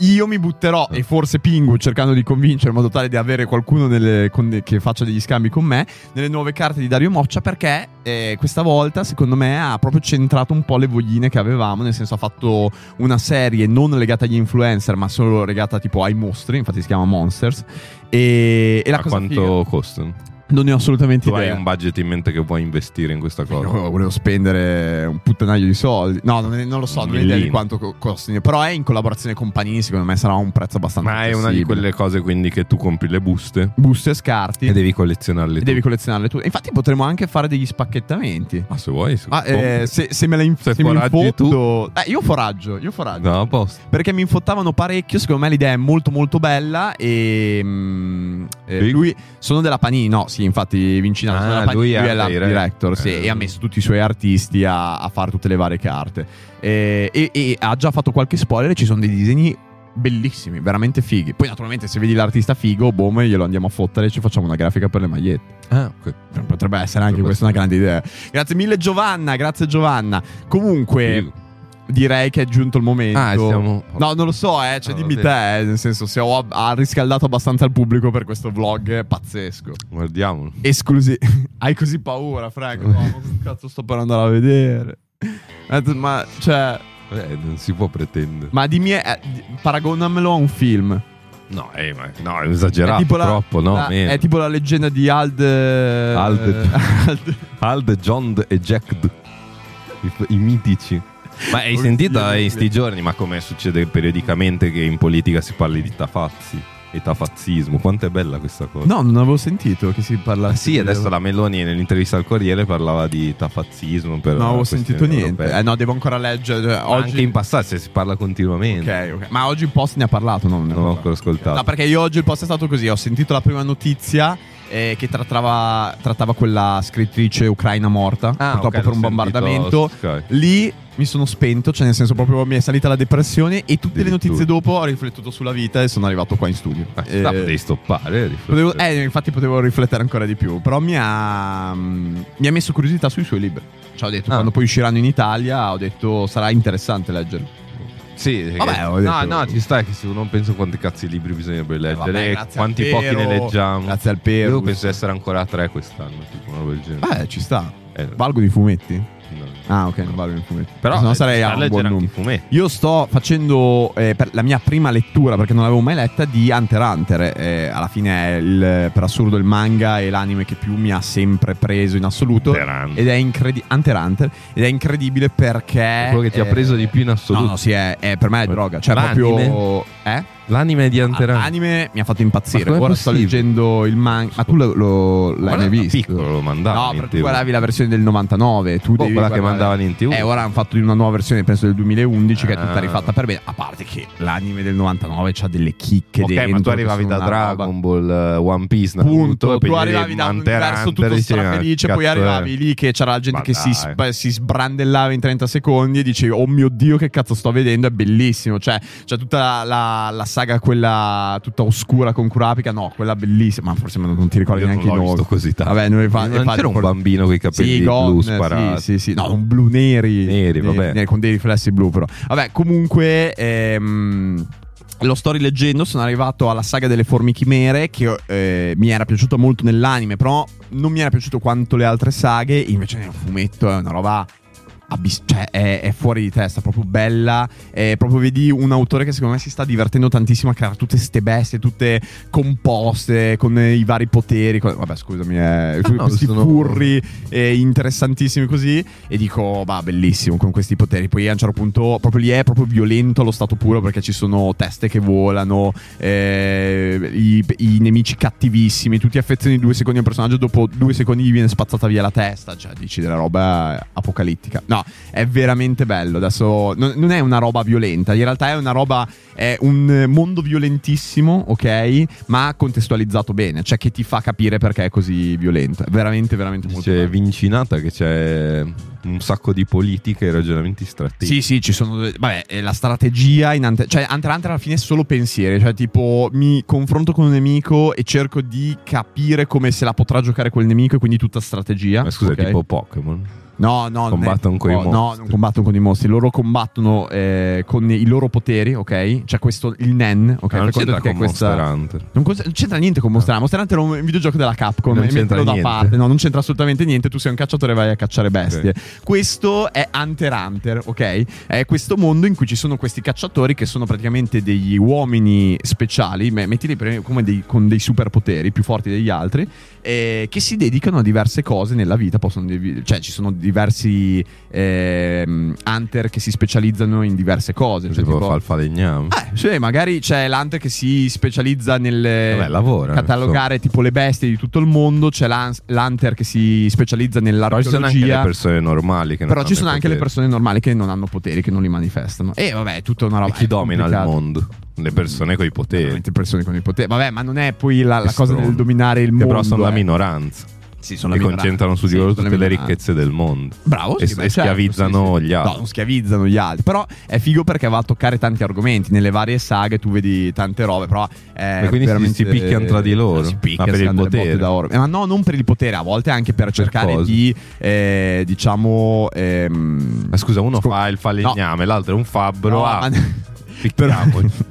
io mi butterò e forse Pingu cercando di convincere in modo tale di avere qualcuno nelle- con- che faccia degli scambi con me nelle nuove carte di Dario Moccia perché eh, questa volta secondo me ha proprio centrato un po' le vogline che avevamo nel senso ha fatto una serie non legata agli influencer ma solo legata tipo ai mostri infatti si chiama Monsters e, e la Ma cosa quanto costano? figa- non ne ho assolutamente Tu hai idea un budget in mente che vuoi investire in questa cosa? Io volevo spendere un puttanaio di soldi. No, non, non lo so, Un non ho idea di millino. quanto co- costino. Però è in collaborazione con Panini, secondo me sarà un prezzo abbastanza Ma è una di accessibile. quelle cose quindi che tu compri le buste buste e scarti e e devi collezionarle devi tu. collezionarle tu. Infatti potremmo anche fare degli spacchettamenti. Ah, se vuoi. Se Ah, eh, compri. se, se me la inf- Se se mi foraggi infotto- Eh, io foraggio, io foraggio. No, a posto. Perché mi infottavano parecchio, secondo me l'idea è molto molto bella e mm, eh, Sì. lui sono della Panini, no, sì, infatti Vincinato Ah, sono della Panini, lui lui è è, art l'art director. director, sì, Eh. e ha messo tutti i suoi artisti a, a fare tutte le varie carte. Eh, E, e ha già fatto qualche spoiler, e ci sono dei disegni bellissimi, veramente fighi. Poi naturalmente se vedi l'artista figo, boom, glielo andiamo a fottere e ci facciamo una grafica per le magliette. Ah, ok. Cioè, Potrebbe essere anche Potrebbe questa una grande idea. Grazie mille Giovanna, grazie Giovanna. Comunque Figo. direi che è giunto il momento. Ah, siamo- No, non lo so, eh, cioè Ah, dimmi vabbè. te, eh, nel senso se ho ha riscaldato abbastanza il pubblico per questo vlog eh, pazzesco. Guardiamolo. Esclusi Hai così paura, Franco? No, ma che cazzo sto per andare a vedere? Eh, tu- Ma cioè, Eh, non si può pretendere. ma dimmi eh, di- paragonamelo a un film. No, eh, ma- no, è esagerato è tipo la, troppo, no? la- meno. è tipo la leggenda di eh, Ald Ald- Ald Hald, John e Jacked. I, i mitici. Ma hai Oddio, sentito eh, in mio. sti giorni, ma come succede periodicamente che in politica si parli di tafazzi e tafazzismo? Quanto è bella questa cosa. No, eh. non avevo sentito che si Ah, parlasse. sì, di- adesso la Meloni nell'intervista al Corriere parlava di tafazzismo. Per Non la avevo questione sentito niente. europea. Eh, no, devo ancora leggere. cioè, Ma Anche oggi... in passato se si parla continuamente. Ok, ok. Ma oggi il post ne ha parlato, no? Non l'ho ancora ascoltato. No, perché io oggi il post è stato così. Ho sentito la prima notizia eh, che trattava, trattava quella scrittrice ucraina morta, purtroppo Ah, ok, l'ho per un sentito, bombardamento. Eh, ok. Lì mi sono spento, cioè nel senso proprio mi è salita la depressione e tutte le Addirittura. notizie dopo ho riflettuto sulla vita e sono arrivato qua in studio. Ah, ci Eh, sta, devi stoppare. potevo- riflettere. eh, infatti potevo riflettere ancora di più, però mi ha, mm, mi ha messo curiosità sui suoi libri. Cioè ho detto, Ah. quando poi usciranno in Italia, ho detto sarà interessante leggerli. Sì, perché- Vabbè, ho detto- no, no, ci sta che se non penso quanti cazzi di libri bisognerebbe Eh, vabbè, leggere, e grazie quanti al pochi ne Pero, leggiamo. grazie al Pero, Io questo. penso di essere ancora a tre quest'anno, tipo una roba del genere. Beh, ci sta. Eh, Valgo di fumetti? no. Ah, ok, non valgo di fumetti. Però Però no eh, sarei sta a un leggere buon anche i numero. fumetti. Io sto facendo eh, per la mia prima lettura, perché non l'avevo mai letta, di Hunter x Hunter. eh, alla fine è il- per assurdo il manga e l'anime che più mi ha sempre preso in assoluto. Per anni. Ed è incredibile. Hunter x Hunter. Ed è incredibile perché. È quello che ti ha eh, preso di più in assoluto. No, no, sì, è, è- per me è droga. Cioè, L'anime? proprio. Eh? L'anime di Hunter x Hunter. Anime mi ha fatto Ma impazzire. com'è Ora sto possibile? leggendo il manga. Ma tu lo, lo- l'hai Guarda, mai da visto? piccolo lo mandavano No, in però tu TV. guardavi la versione del 99. Tu Boh, devi quella guardare- che mandavano in TV. Eh, ora hanno fatto una nuova versione, penso del 2011, che è Ah. tutta rifatta per bene. A parte che l'anime del 99 c'ha delle chicche ok, dentro. ma tu arrivavi che sono da una roba. Dragon Ball, eh, One Piece, Naruto, Punto, e poi tu gli arrivavi da un Hunter x universo Hunter, tutto dicevi, ah, strafelice, poi cazzo è? arrivavi lì che c'era la gente Ma che si, dai. sp- si sbrandellava in 30 secondi e dicevi oh mio dio che cazzo sto vedendo, è bellissimo, cioè c'è tutta la, la- la saga quella tutta oscura con Kurapika, no, quella bellissima, ma forse non ti ricordi Io neanche non i l'ho nomi. visto così tanto. Vabbè, noi fa- non fa- c'era un for- bambino con i capelli sì, blu Gon, sparati. Sì, sì, sì. No, un blu neri. Neri, vabbè. ne- con dei riflessi blu, però. Vabbè, comunque. ehm, Lo sto rileggendo, sono arrivato alla saga delle formichimere che eh, mi era piaciuto molto nell'anime, però non mi era piaciuto quanto le altre saghe, invece nel fumetto è una roba abyss- cioè, è, è fuori di testa, proprio bella, è proprio vedi un autore che secondo me si sta divertendo tantissimo a creare tutte ste bestie, tutte composte con eh, i vari poteri, co- vabbè scusami, eh, Ah, no, questi sono- furri eh, interessantissimi così e dico, bah, bellissimo con questi poteri. Poi a un certo punto, proprio lì è proprio violento allo stato puro perché ci sono teste che volano, eh, i, i nemici cattivissimi, tu ti affezioni due secondi al personaggio, dopo due secondi gli viene spazzata via la testa, cioè dici della roba apocalittica. No, è veramente bello. Adesso non, non è una roba violenta, in realtà è una roba, è un eh, mondo violentissimo, ok? Ma contestualizzato bene, cioè che ti fa capire perché è così violento. È veramente, veramente molto Dice bello. Vincinata che c'è un sacco di politiche e ragionamenti strattegici. Sì, sì, ci sono. Vabbè, eh, la strategia in Hunter, cioè Hunter x Hunter alla fine è solo pensieri. Cioè, tipo, mi confronto con un nemico e cerco di capire come se la potrà giocare quel nemico, e quindi tutta strategia. Ma scusa, ok? tipo Pokémon. No, no, non è- combattono coi no, No, mostri. non combattono con i mostri. Loro combattono eh, con i loro poteri, ok? Cioè, questo, il Nen, ok? Ma Ah, Fai non conto c'entra che con questa- Monster Hunter. non, cos- non c'entra niente con Monster Hunter. Monster Hunter era un videogioco della Capcom. Non e c'entra mettilo da niente. parte. No, non c'entra assolutamente niente. Tu sei un cacciatore e vai a cacciare bestie. Questo è Hunter x Hunter, ok? È questo mondo in cui ci sono questi cacciatori che sono praticamente degli uomini speciali. me- Mettili per- come dei- con dei superpoteri più forti degli altri. eh, che si dedicano a diverse cose nella vita. Possono divi- cioè, ci sono diversi ehm, hunter che si specializzano in diverse cose. Cioè, tipo, tipo, Falfalegname. eh, sì, magari c'è l'hunter che si specializza nel Vabbè, lavora, catalogare tipo le bestie di tutto il mondo, c'è l'hans- l'hunter che si specializza Però ci sono anche le nell'archeologia. persone normali che non Però ci hanno sono i anche le poteri. persone normali che non hanno poteri, che non li manifestano. E vabbè, è tutta una roba. E chi è domina complicato. il mondo? Le persone con i poteri. Veramente persone con i poteri. Vabbè, ma non è poi la, la Che cosa del stronzo. dominare il Che mondo. però sono la eh. minoranza. Sì, sono Che la minoranza. concentrano su di Sì, loro sono la tutte le minoranza. ricchezze del mondo. Bravo, E- sì, beh, certo, e schiavizzano sì, sì. gli altri. No, non schiavizzano gli altri. Però è figo perché va a toccare tanti argomenti. Nelle varie saghe tu vedi tante robe. Però è Ma quindi si- veramente- eh, si picchiano tra di loro? Si picchia, Ma per si il danno le botte potere? da oro. Eh, ma no, non per il potere, a volte anche per, cercare cosa? di, eh, diciamo. ehm, Ma scusa, uno scop- fa il falegname, l'altro è un fabbro. No, ah, ma- picchiamoci.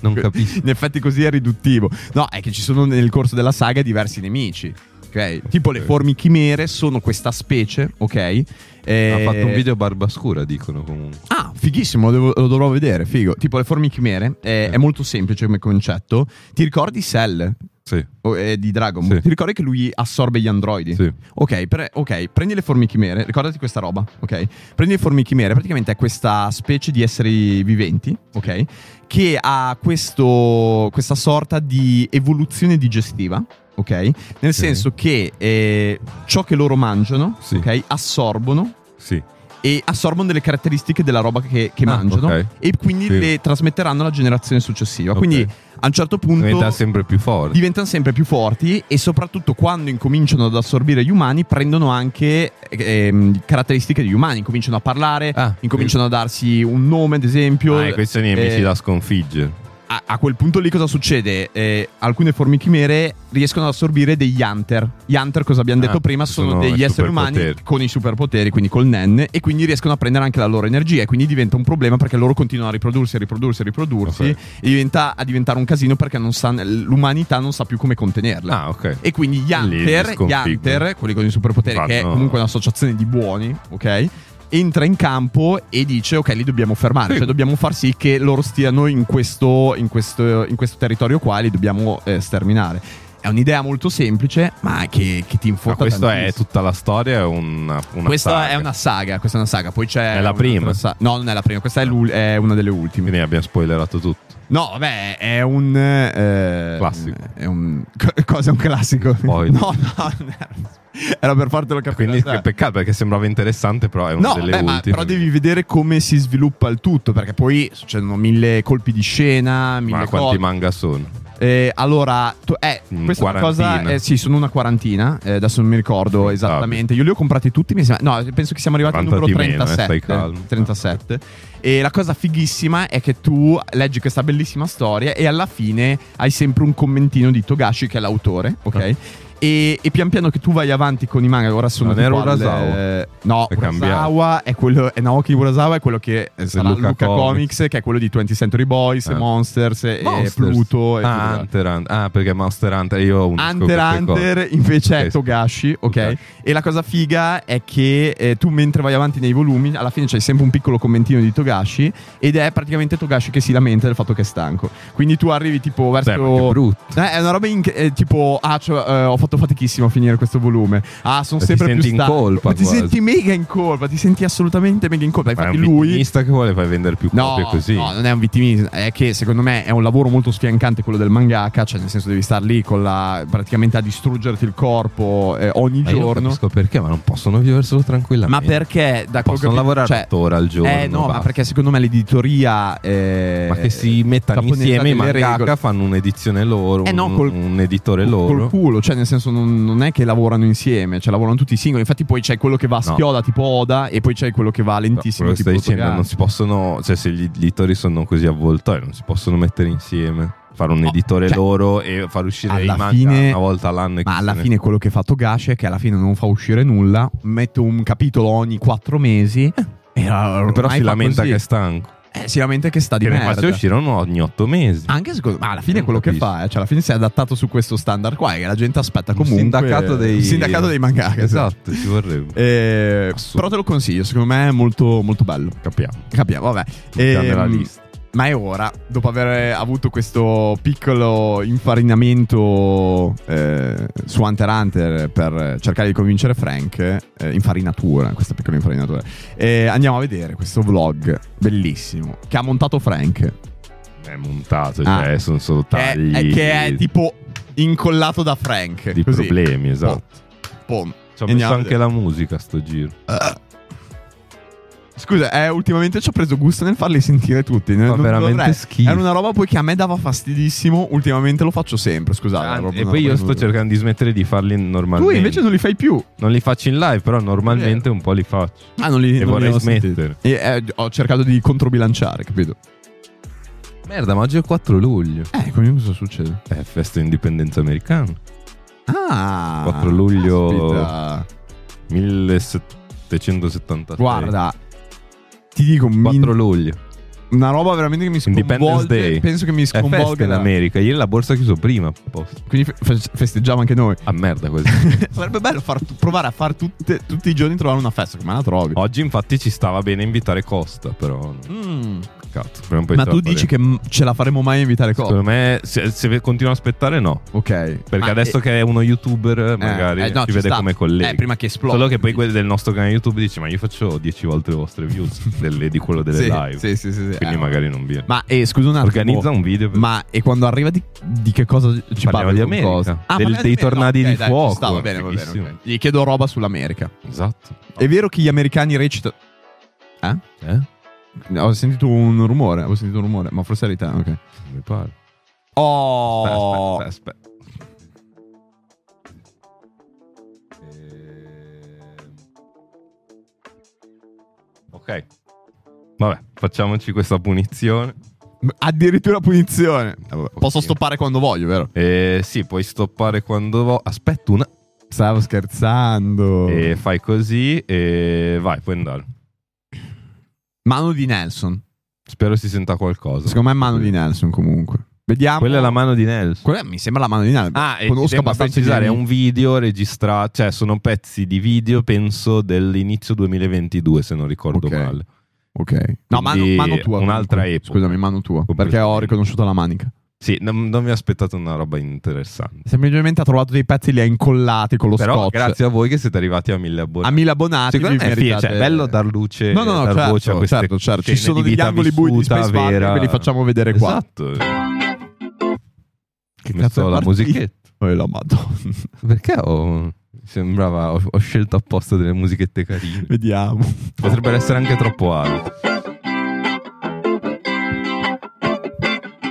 non capisco. In effetti così è riduttivo. No, è che ci sono nel corso della saga diversi nemici. ok? Tipo le Ok. formi chimere sono questa specie, ok? Eh, Ha fatto un video Barbascura, dicono comunque. Ah, fighissimo, lo, devo- lo dovrò vedere, figo. Tipo le formichimere eh, è molto semplice come concetto. Ti ricordi Cell Sì, O, eh, di Dragon Ball? Sì. Ti ricordi che lui assorbe gli androidi? sì. Ok, pre- ok, prendi le formichimere, ricordati questa roba, ok? Prendi le formichimere, praticamente è questa specie di esseri viventi, ok? Che ha questo, questa sorta di evoluzione digestiva, ok? Nel senso che eh, ciò che loro mangiano, Sì. ok, assorbono Sì. e assorbono delle caratteristiche della roba che, che Ah, mangiano ok. e quindi Sì. le trasmetteranno alla generazione successiva. Ok. Quindi a un certo punto diventa sempre più forte. diventano sempre più forti e soprattutto quando incominciano ad assorbire gli umani prendono anche ehm, caratteristiche degli umani, incominciano a parlare, Ah, incominciano a darsi un nome ad esempio. Ah, e questi sono gli amici Eh, da sconfiggere. a, a quel punto lì cosa succede? Eh, alcune forme chimere riescono ad assorbire degli hunter. Gli hunter, cosa abbiamo Ah, detto prima, sono, sono degli i esseri umani superpoteri. con i superpoteri, quindi col nen, e quindi riescono a prendere anche la loro energia e quindi diventa un problema perché loro continuano a riprodursi, a riprodursi, a riprodursi Ok. e diventa a diventare un casino perché non sa- l'umanità non sa più come contenerla. Ah, ok. E quindi gli Lì Hunter, sconfiggo. gli Hunter, quelli con i superpoteri, che è Fanno- comunque un'associazione di buoni, ok? Entra in campo e dice: Ok, li dobbiamo fermare. Sì. Cioè, dobbiamo far sì che loro stiano in questo, in questo, in questo territorio qua e li dobbiamo eh, sterminare. È un'idea molto semplice, ma che, che ti Ma inforta. Ah, questa è tantissimo. tutta la storia, è una, una Questa saga. è una saga. Questa è una saga. Poi c'è. È la un'altra prima. sa- no, non è la prima. Questa è, l'ul- è una delle ultime. Quindi abbiamo spoilerato tutto. No, vabbè, è un eh, Classico. È un co- cosa è un classico? Poi- No, no, non era- era per fartelo capire. Quindi Cioè, che peccato perché sembrava interessante, però è una No, delle vabbè, ma ultime. però devi vedere come si sviluppa il tutto, perché poi succedono mille colpi di scena, mille Ma cose. quanti manga sono? Eh, allora, tu- eh, Mm, questa è una cosa. quarantina. eh, sì, sono una quarantina. eh, adesso non mi ricordo Affrontabile. esattamente. Io li ho comprati tutti. Mi sembra, no, penso che siamo arrivati al numero Quanta ti meno, eh, 37. stai calmo. 37. E la cosa fighissima è che tu leggi questa bellissima storia e alla fine hai sempre un commentino di Togashi, che è l'autore, ok? E, e pian piano che tu vai avanti con i manga, ora sono Ah. Non tipo era al- Urasawa? eh, no, È Urasawa è quello. È Naoki Urasawa è quello che eh, sarà Luca Luca, Comics, Comics, che è quello di 20th Century Boys, Ah. Monsters, e- Monsters. e Eh, Pluto. E ah, tutto. Hunter, Hunter. ah, perché Monster Hunter io unisco Hunter queste Hunter cose. invece è Ok, Togashi, ok? Togashi. E la cosa figa è che eh, tu mentre vai avanti nei volumi, alla fine c'è sempre un piccolo commentino di Togashi ed è praticamente Togashi che si lamenta del fatto che è stanco. Quindi tu arrivi tipo verso Beh, ma che brutto. Eh, è una roba inc- eh, tipo ah, cioè, eh, ho fatto fatichissimo a finire questo volume. Ah, sono Ma sempre ti più senti in stanco. colpa Ma ti quasi. senti mega in colpa, ti senti assolutamente mega in colpa. Ma è Infatti un lui vittimista che vuole far vendere più No, copie così. no, non è un vittimismo. È che secondo me è un lavoro molto sfiancante quello del mangaka. Cioè, nel senso, devi star lì con la, praticamente a distruggerti il corpo eh, ogni Ma io non giorno. capisco perché, ma non possono viverselo Ma tranquillamente. perché da Possono quello che- lavorare cioè, otto ore al giorno, Eh no, ma basta. perché secondo me l'editoria. eh, Ma che si mettano giapponese ha insieme i delle mangaka, regole. fanno un'edizione loro, Eh no, un, col- un editore Col loro. culo, cioè nel senso non, non è che lavorano insieme, cioè lavorano tutti singoli. Infatti poi c'è quello che va a No. schioda tipo Oda e poi c'è quello che va No, lentissimo quello che tipo stai dicendo, Togashi. non si possono, cioè se gli editori sono così avvoltoi, non si possono mettere insieme, fare un No, editore cioè, loro e far uscire i alla manga fine- una volta all'anno. e Ma chi alla se ne- fine quello che fa Togashi è che alla fine non fa uscire nulla, mette un capitolo ogni quattro mesi. E eh, ormai Eh. Però si fa lamenta così. che è stanco. Eh, si lamenta che sta di Che ne merda. faccia uscire uno ogni otto mesi. Anche secondo ma alla fine Non quello capisco. che fa, eh, cioè alla fine si è adattato su questo standard qua e la gente aspetta Un comunque sindacato dei... il sindacato dei mangaka. Esatto, ci vorrebbe. Eh, Assurdo. però te lo consiglio, secondo me è molto, molto bello. Capiamo. Capiamo, vabbè. Grande Ehm, la lista. ma è ora, dopo aver avuto questo piccolo infarinamento eh, su Hunter x Hunter per cercare di convincere Frank, eh, infarinatura, questa piccola infarinatura, eh, andiamo a vedere questo vlog bellissimo che ha montato Frank, È montato, cioè Ah. sono solo che è, tagli. che è tipo incollato da Frank. Di così. problemi, esatto. Pom, pom. Ci ho messo Andiamo a anche la musica a sto giro. Scusa, eh, ultimamente ci ho preso gusto nel farli sentire tutti. Fa non veramente dovrei. schifo. Era una roba poi che a me dava fastidissimo. Ultimamente lo faccio sempre, scusate. era Cioè, Anzi, proprio e una poi Ah, roba che io sto non- cercando di smettere di farli Tu normalmente. invece Eh. non li fai più. Non li faccio in live, però normalmente un po' li faccio. Ah, non li E non vorrei li ho sentiti. smettere. E, eh, ho cercato di controbilanciare, capito? Merda, ma oggi è il 4 luglio. Eh, quindi cosa succede? È festa indipendenza americana. Ah, 4 luglio. caspita. 1776. Guarda, ti dico un 4 luglio. una roba veramente che mi Independence sconvolge. Day. Penso che mi È festa in sconvolga. America. Ieri la borsa ha chiuso prima. apposta. Quindi fe- fe- festeggiamo anche noi. Ah, merda così. Sarebbe bello far tu- provare a far tutte- tutti i giorni trovare una festa, come la trovi? Oggi, infatti, ci stava bene invitare Costa, però. Mm. Cazzo, prima o poi Ma ce tu la dici che mm, faremo. ce la faremo mai a invitare cosa? Secondo me, se, se continuo a aspettare, no. Ok. Perché Ma- adesso eh, che è uno youtuber, magari eh, no, ci ci vede sta. come collega. Eh, prima che esploda. Solo che poi quelli del nostro canale YouTube dice: Ma io faccio 10 volte le vostre views delle- di quello delle sì, live. Sì, sì, sì. sì, Quindi eh. magari non viene. Ma eh, scusa un attimo. Organizza un video per- Ma e quando arriva di, di che cosa ci parla? Parliamo di con America. cosa? Del- parliamo di dei America. tornadi Ok, di dai, ci fuoco. sta, va bene, va bene. Fighissimo. ok. Gli chiedo roba sull'America. Esatto. È vero che gli americani recitano. Eh? Eh? Ho sentito un rumore, ho sentito un rumore, ma forse era te, ok. Mi pare. Aspetta, Oh! aspetta, aspetta. Eh. Ehm. Ok. Vabbè, facciamoci questa punizione. Addirittura punizione. Eh, vabbè, Posso oddio. stoppare quando voglio, vero? Eh, sì, puoi stoppare quando vuoi. Aspetta una. Stavo scherzando. E fai così e vai, puoi andare. Mano di Nelson. Spero si senta qualcosa. Secondo me è mano di Nelson comunque. Vediamo. Quella è la mano di Nelson. Quella mi sembra la mano di Nelson. Ah, e Conosco ci tengo a abbastanza i precisare, è miei un video registrato, cioè sono pezzi di video, penso, dell'inizio 2022, se non ricordo Ok. male. Ok. No, mano, Quindi mano tua. un'altra comunque. epoca. Scusami, mano tua. Perché ho riconosciuto la manica. Sì, non, non mi aspettate una roba interessante. Semplicemente ha trovato dei pezzi, li ha incollati con lo Però scotch. grazie a voi che siete arrivati a mille A abbonati. mille abbonati. Secondo vi me sì, meritate- cioè, è bello dar luce, No, no, no, dar certo, voce a queste certo, certo. Ci scene sono di degli vita angoli bui di vissuta, Space Park, vera. ve li facciamo vedere qua. Esatto. Che cazzo è la partito? musichetta. Eh, la madonna. Perché ho... Sembrava, ho, ho scelto apposta delle musichette carine. Vediamo. Potrebbero essere anche troppo alte.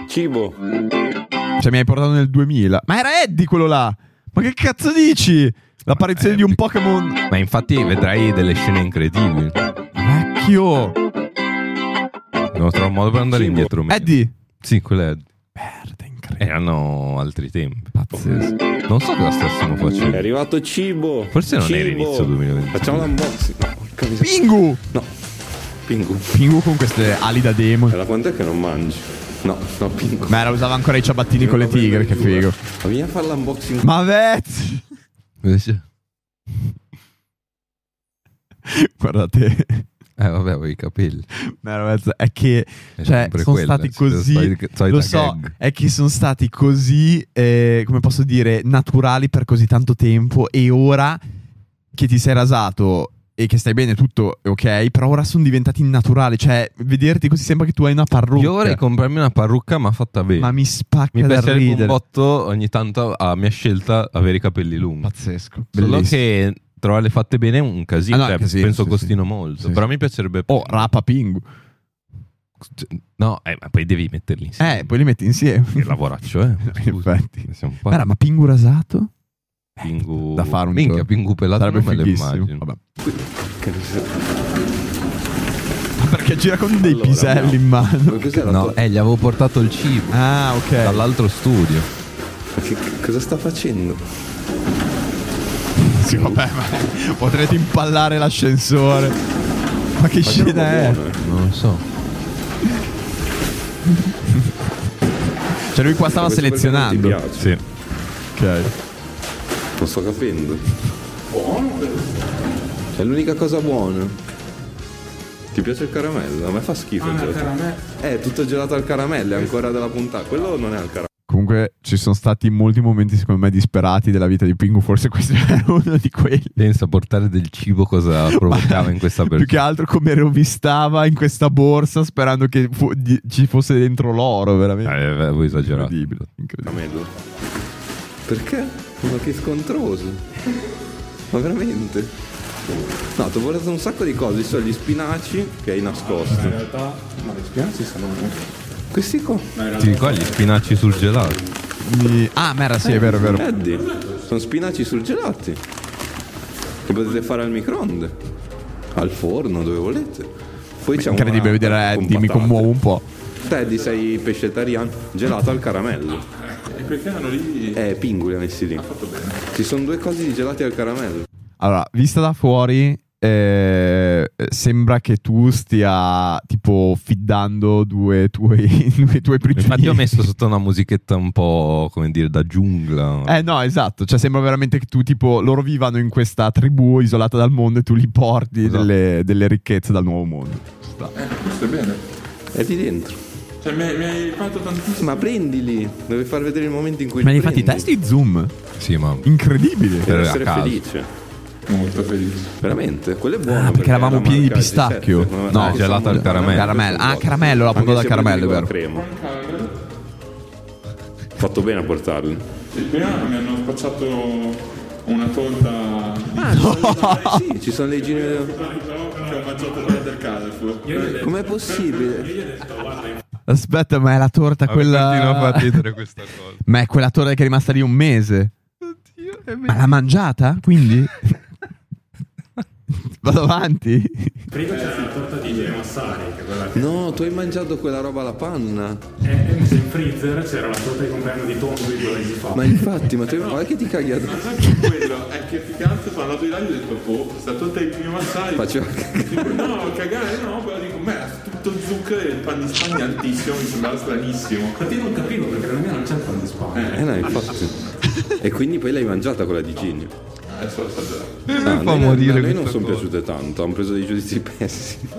Cibo. Cioè, mi hai portato nel 2000. Ma era Eddie quello là. Ma che cazzo dici? L'apparizione eh, di un pic- Pokémon Ma infatti vedrai delle scene incredibili. vecchio. Devo trovare un modo per andare Cibo. indietro. meglio. Eddie. Sì, quello è. Merda, incredibile. Erano altri tempi. Pazzesco. Non so cosa stessimo È facendo. arrivato cibo. Forse non era Cibo. inizio 2022. Facciamo l'unboxing. No, porca miseria. Eh, Pingu! No. Pingu. Pingu con queste ali da demon. E da quanto è che non mangi? No, no, Pingu. Ma era usava ancora i ciabattini con le tigre, che figo. Ma vieni a fare l'unboxing. Ma vezzi! Invece- Guardate. Eh, vabbè, avevo i capelli. Ma era vezza- È che È Cioè, sempre sono quella, stati cioè, così- solita- solita lo so, gag. è che sono stati così, eh, come posso dire, naturali per così tanto tempo e ora che ti sei rasato e che stai bene tutto, è ok, però ora sono diventati innaturali, cioè vederti così sembra che tu hai una parrucca. Io vorrei comprarmi una parrucca, ma fatta bene. ma mi spacca mi da piacerebbe un ridere. botto ogni tanto a mia scelta avere i capelli lunghi. Pazzesco. Solo bellissimo. che trovarle fatte bene è un casino. Ah, no, è cioè, un casino, penso sì, costino sì. molto. Sì, sì. però mi piacerebbe. Oh, rapa pingu. No, eh, ma poi devi metterli insieme. Eh, poi li metti insieme. Che lavoraccio, eh. In effetti. Siamo qua. Guarda, ma pingu rasato? Pingu... Da fare un Minchia, giorno. Pingu pelato Sarebbe non me lo fighissimo. immagino. Vabbè. Ma perché gira con dei Allora, piselli in mano. Ma cos'è la No, tua- eh, gli avevo portato il cibo Ah, ok. dall'altro studio. Che- che- cosa sta facendo? Sì, vabbè, ma potrete impallare l'ascensore. Ma che scena è? Buono, eh. Non lo so. Cioè, lui qua stava Questo perché selezionando. Non, ti piace. Sì. Ok. non sto capendo. È l'unica cosa buona. Ti piace il caramello? A me fa schifo il gelato. Eh, tutto gelato al caramello, è ancora della puntata. Quello non è al caramello. Comunque ci sono stati molti momenti, secondo me, disperati della vita di Pingu. Forse questo era uno di quelli. Pensa a portare del cibo cosa provocava in questa Più che persona. altro come rovistava in questa borsa sperando che fu- di- ci fosse dentro l'oro, veramente. Eh, avevo esagerato. Incredibile. incredibile. caramello. Perché? Ma che scontroso. Ma veramente? No, ti ho portato un sacco di cose, ci sono gli spinaci che hai nascosto. In realtà, ma le spianze sono Eh, Questi qua. Ti ricordi gli spinaci sul gelato? Mi- Ah, merda, sì, è vero, è vero. Eddie, sono spinaci surgelati che potete fare al microonde, al forno, dove volete. Poi c'è Incredibile una- vedere Eddie, mi patate. commuovo un po'. Te, Eddie sei pescetariano, gelato al caramello. E perché erano lì? Eh, pingoli ha messi lì. Ci sono due cose di gelati al caramello. Allora, vista da fuori, eh, sembra che tu stia tipo fiddando due tuoi, due tuoi prigionieri. Infatti ho messo sotto una musichetta un po', come dire, da giungla. Eh no, esatto, cioè sembra veramente che tu tipo loro vivano in questa tribù isolata dal mondo e tu li porti Esatto. delle, delle ricchezze dal nuovo mondo. Ci Eh, sta. Questo è bene. È lì dentro. Cioè, mi, mi hai fatto tantissimo. Ma prendili, devi far vedere il momento in cui Ma li gli fatti i prendi. testi zoom? Sì, ma... Incredibile. Per a essere caso. felice. Molto felice. Veramente, quello è buono. Ah, perché eravamo è la certo, pieni di marca G7, pistacchio. certo, ma- No, che gelato sono- al caramello. Caramello. Ah, caramello, la Anche punta del se caramello, prima vero. di Crema. Calmer. Fatto bene a portarli. E prima Eh, ah, mi hanno spacciato una torta di Sì, ci sono dei giri. che ho mangiato mangiato quella del ecco. Carrefour. Io gli ho detto- Com'è possibile? Io gli ho detto, guarda, in Aspetta, ma è la torta Continua a quella. far ridere questa cosa. ma è quella torta che è rimasta lì un mese. Oddio, è Ma l'ha mangiata? Quindi? Vado avanti. frigo c'era la torta di Massari, che è quella che... No, tu hai mangiato quella roba alla panna. E invece in freezer c'era la torta di compleanno di Tom due mesi fa. Ma infatti, ma tu guarda che ti caghi Ma addosso. non è che quello, è che più che altro sono andato di là e gli ho detto, boh, sta tutto il mio massaggio. Faceva cagare. Dico, no, cagare no, però dico, ma è tutto zucchero e il pan di Spagna è altissimo, mi sembrava stranissimo. Infatti io non capivo perché nella mia non c'è il pan di Spagna. Eh no, infatti. E quindi poi l'hai mangiata quella di Ginny. Adesso lo assaggerò. Ah, fa a noi- a morire noi non questa sono cosa. piaciute tanto, hanno preso dei giudizi pessimi.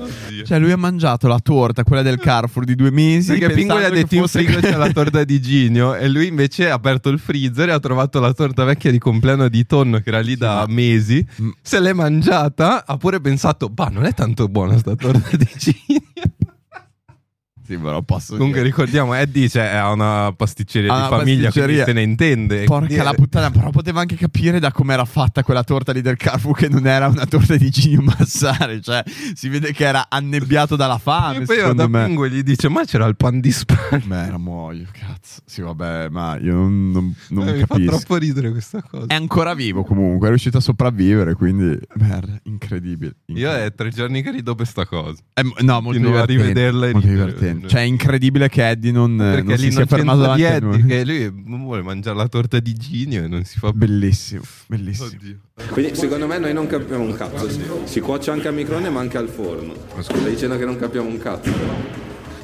Cioè, lui ha mangiato la torta, quella del Carrefour di due mesi. Perché Pingo gli ha pensando detto che in fosse- frigo c'è la torta di Ginio e lui invece ha aperto il freezer e ha trovato la torta vecchia di compleanno di Tonno che era lì da mesi. Mm. Se l'è mangiata ha pure pensato, bah non è tanto buona sta torta di Ginio. Sì, però posso. Comunque dire. ricordiamo, Eddie cioè, ha una pasticceria Ha Ah, una di famiglia, pasticceria. quindi se ne intende. Porca Quindi- eh, la puttana, però poteva anche capire da come era fatta quella torta lì del Carrefour che non era una torta di Ginio Massari, cioè si vede che era annebbiato dalla fame, e poi va secondo da me. Pingo e gli dice, ma c'era il pan di Spagna. Beh, era muoio, cazzo. Sì, vabbè, ma io non, non- non Eh, Mi fa capisco. Eh. troppo ridere questa cosa. È ancora vivo comunque, è riuscito a sopravvivere, quindi... Merda, incredibile. Io incredibile. è tre giorni che rido per sta cosa. È mo- no, molto Continuo a divertente, rivederla e molto ridere. divertente. Cioè, è incredibile che Eddie non, Perché non si sia l'innocenza fermato di davanti a Eddie, noi. che lui non vuole mangiare la torta di Ginio e non si fa Bellissimo, bellissimo. Oddio. Quindi secondo me noi non capiamo un cazzo. Si, si cuoce anche a microonde ma anche al forno. Stai dicendo che non capiamo un cazzo.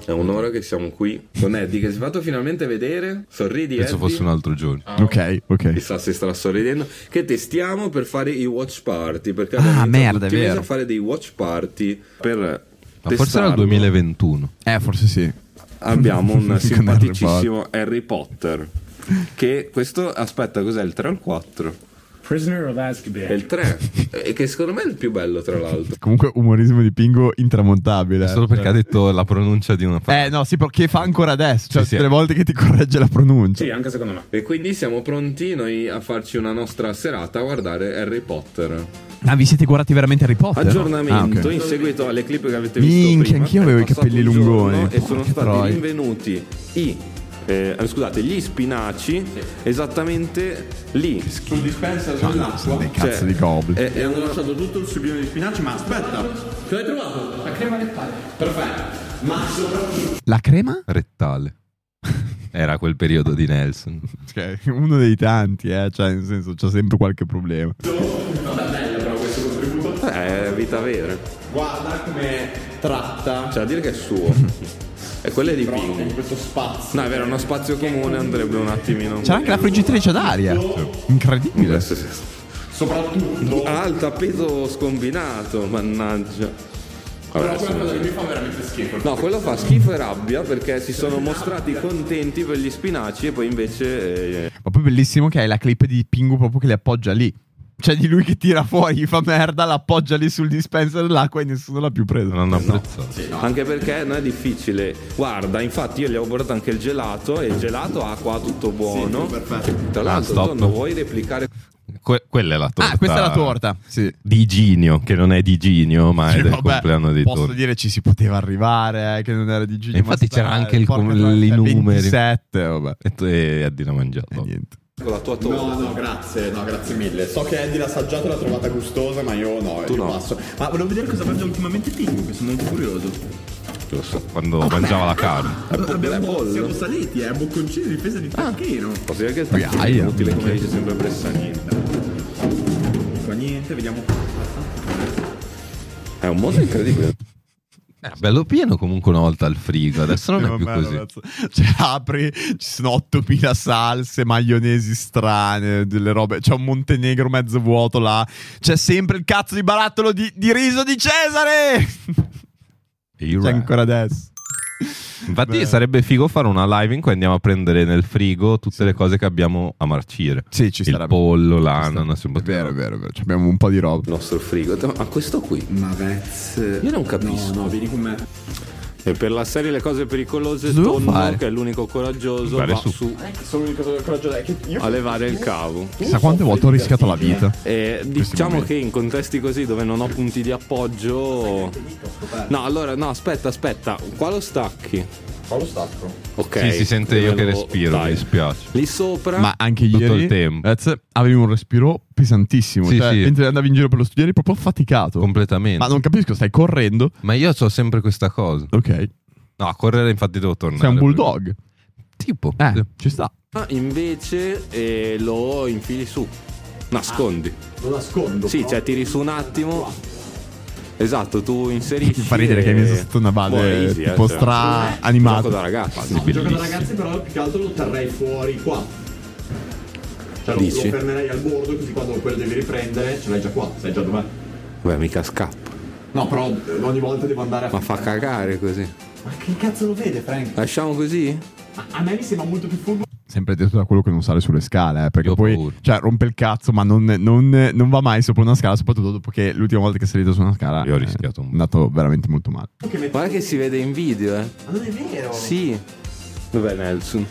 È un'ora che siamo qui con Eddie che si è fatto finalmente vedere. Sorridi Penso Eddie. fosse un altro giorno. Ok, ok. Chissà se starà sorridendo. Che testiamo per fare i watch party. Perché Ah, abbiamo iniziato merda, è tutti i mesi vero. a fare dei watch party per. Ma forse era il testarlo. 2021. Eh, forse sì. abbiamo Con un Harry simpaticissimo Harry Potter. Che questo aspetta, cos'è il 3 o il 4? Prisoner of È Azkaban. il 3, e che secondo me è il più bello, tra l'altro. Comunque umorismo di Pingo intramontabile. È eh. solo perché ha detto la pronuncia di una frase. Eh no, sì, perché fa ancora adesso, cioè Sì, sì. tutte le volte che ti corregge la pronuncia. Sì, anche secondo me. E quindi siamo pronti noi a farci una nostra serata a guardare Harry Potter. Ma Ah, vi siete guardati veramente Harry Potter? Aggiornamento Ah, ok. in seguito alle clip che avete visto Minchia, prima. anch'io è avevo i passato capelli un giorno lungoni. E sono Porca stati troia. rinvenuti i. eh, scusate, gli spinaci esattamente lì. Sul dispenser Sono dell'acqua dei cazzo Cioè, di goblin. È, è e hanno una- lasciato tutto il sublime di spinaci, ma aspetta, che l'hai trovato? La crema del pane. Perfetto, ma soprattutto... La crema? Rettale. Era quel periodo di Nelson. Cioè, uno dei tanti, eh, cioè, nel senso, c'è sempre qualche problema. Eh, è vita vera. Eh, Guarda come tratta Cioè, a dire che è suo. e quello è di Pingu. questo spazio. No, è vero, uno spazio comune andrebbe un attimino. C'era anche la friggitrice d'aria. Incredibile. Sì, sì, sì. Soprattutto... Ah, il tappeto scombinato, mannaggia. Vabbè, adesso non so. mi fa veramente schifo. No, quello fa schifo e rabbia perché si sono mostrati contenti per gli spinaci e poi invece... eh, Ma poi bellissimo che hai la clip di Pingu proprio che li appoggia lì. Cioè, di lui che tira fuori, gli fa merda, l'appoggia lì sul dispenser dell'acqua e nessuno l'ha più preso. Non hanno apprezzato. Anche perché non è difficile. Guarda, infatti io gli ho portato anche il gelato e il gelato ha qua tutto buono. perfetto. Tra Ah, l'altro, stop. Tonno, vuoi replicare Que- quella è la torta. Ah, questa è la torta. Sì. Di Ginio, che non è di Ginio, ma Sì, è del vabbè, compleanno di Posso Tonno. dire ci si poteva arrivare, eh, che non era di Gigi. E infatti Mastella, c'era anche il porca com- troia, cioè, i numeri. Oh. 27, vabbè. Eh, E tu e Eddie l'ha mangiato. E Eh, niente. con la tua torta? No, no, grazie, no, grazie mille. So che Eddie l'ha assaggiato e l'ha trovata gustosa, ma io no, Tu io no. passo. Ma volevo vedere cosa mangia ultimamente Pingu, che sono molto curioso. Lo so, quando mangiava la carne. Eh, Abbiamo- pollo? Siamo saliti, eh, bocconcini di difesa di tacchino. Posso dire che il tacchino è Gaia. inutile come dice sempre Bressanini. Ma niente, vediamo. È un mondo incredibile. Era Eh, bello pieno comunque una volta al frigo, adesso non Eh, è più vabbè, così. ragazzi. Cioè, apri, ci sono 8000 salse, maionesi strane, delle robe. C'è un Montenegro mezzo vuoto là. C'è sempre il cazzo di barattolo di, di riso di Cesare. You're C'è right. ancora adesso. Infatti Beh. sarebbe figo fare una live in cui andiamo a prendere nel frigo tutte le cose che abbiamo a marcire. Sì, ci Il sarebbe. pollo, l'ananas, un po' È di vero, è roba. vero, è vero. Ci abbiamo un po' di roba. Il nostro frigo. Ma questo qui. Ma Vez. eh, Io non capisco. No, no, vieni con me. E per la serie Le cose pericolose, Cosa devo Tonno, fare? che è l'unico coraggioso, Guardare va su. su Eh, Sono l'unico coraggio che io a levare il cavo. Chissà quante volte ho rischiato la vita. E diciamo che in contesti così dove non ho punti di appoggio. No, allora, no, aspetta, aspetta, qua lo stacchi. lo stacco. Ok. Sì, si sente io Ve che lo- respiro, dai. mi dispiace. Lì sopra. Ma anche Tutto ieri il tempo. Ezze, avevi un respiro pesantissimo. Sì, cioè, sì. mentre andavi in giro per lo studio eri proprio faticato. Completamente. Ma Ma, non capisco, stai correndo. io ho sempre questa cosa. Ok. No, a correre infatti devo tornare. Sei un bulldog. Tipo. Eh, ci sta. Ah, invece eh, lo infili su. Nascondi. Ah, Lo nascondo. sì, però. cioè tiri su un attimo. Esatto, tu Ti inserisci. fa ridere che hai e- messo sotto una base Boh, è easy, eh, tipo cioè, stra un gioco da animata. ragazza. No, il gioco da bellissimo. ragazzi però più che altro lo terrei fuori qua. Cioè lo, Dici? lo fermerei al bordo così quando quello devi riprendere ce l'hai già qua, sai già dov'è. Beh, mica scappa. No, però eh, ogni volta devo andare a... Ma fa cagare così. Ma che cazzo lo vede, Frank? Lasciamo così? A, a me mi sembra molto più furbo. Sempre detto da quello che non sale sulle scale. eh, perché Io ho poi paura. cioè, rompe il cazzo, ma non, non- non va mai sopra una scala. Soprattutto dopo che l'ultima volta che è salito su una scala Io ho eh, rischiato è un po'. andato veramente molto male. Che metti- Guarda che si vede in video, eh. Ma non è vero! Sì. Dov'è Nelson?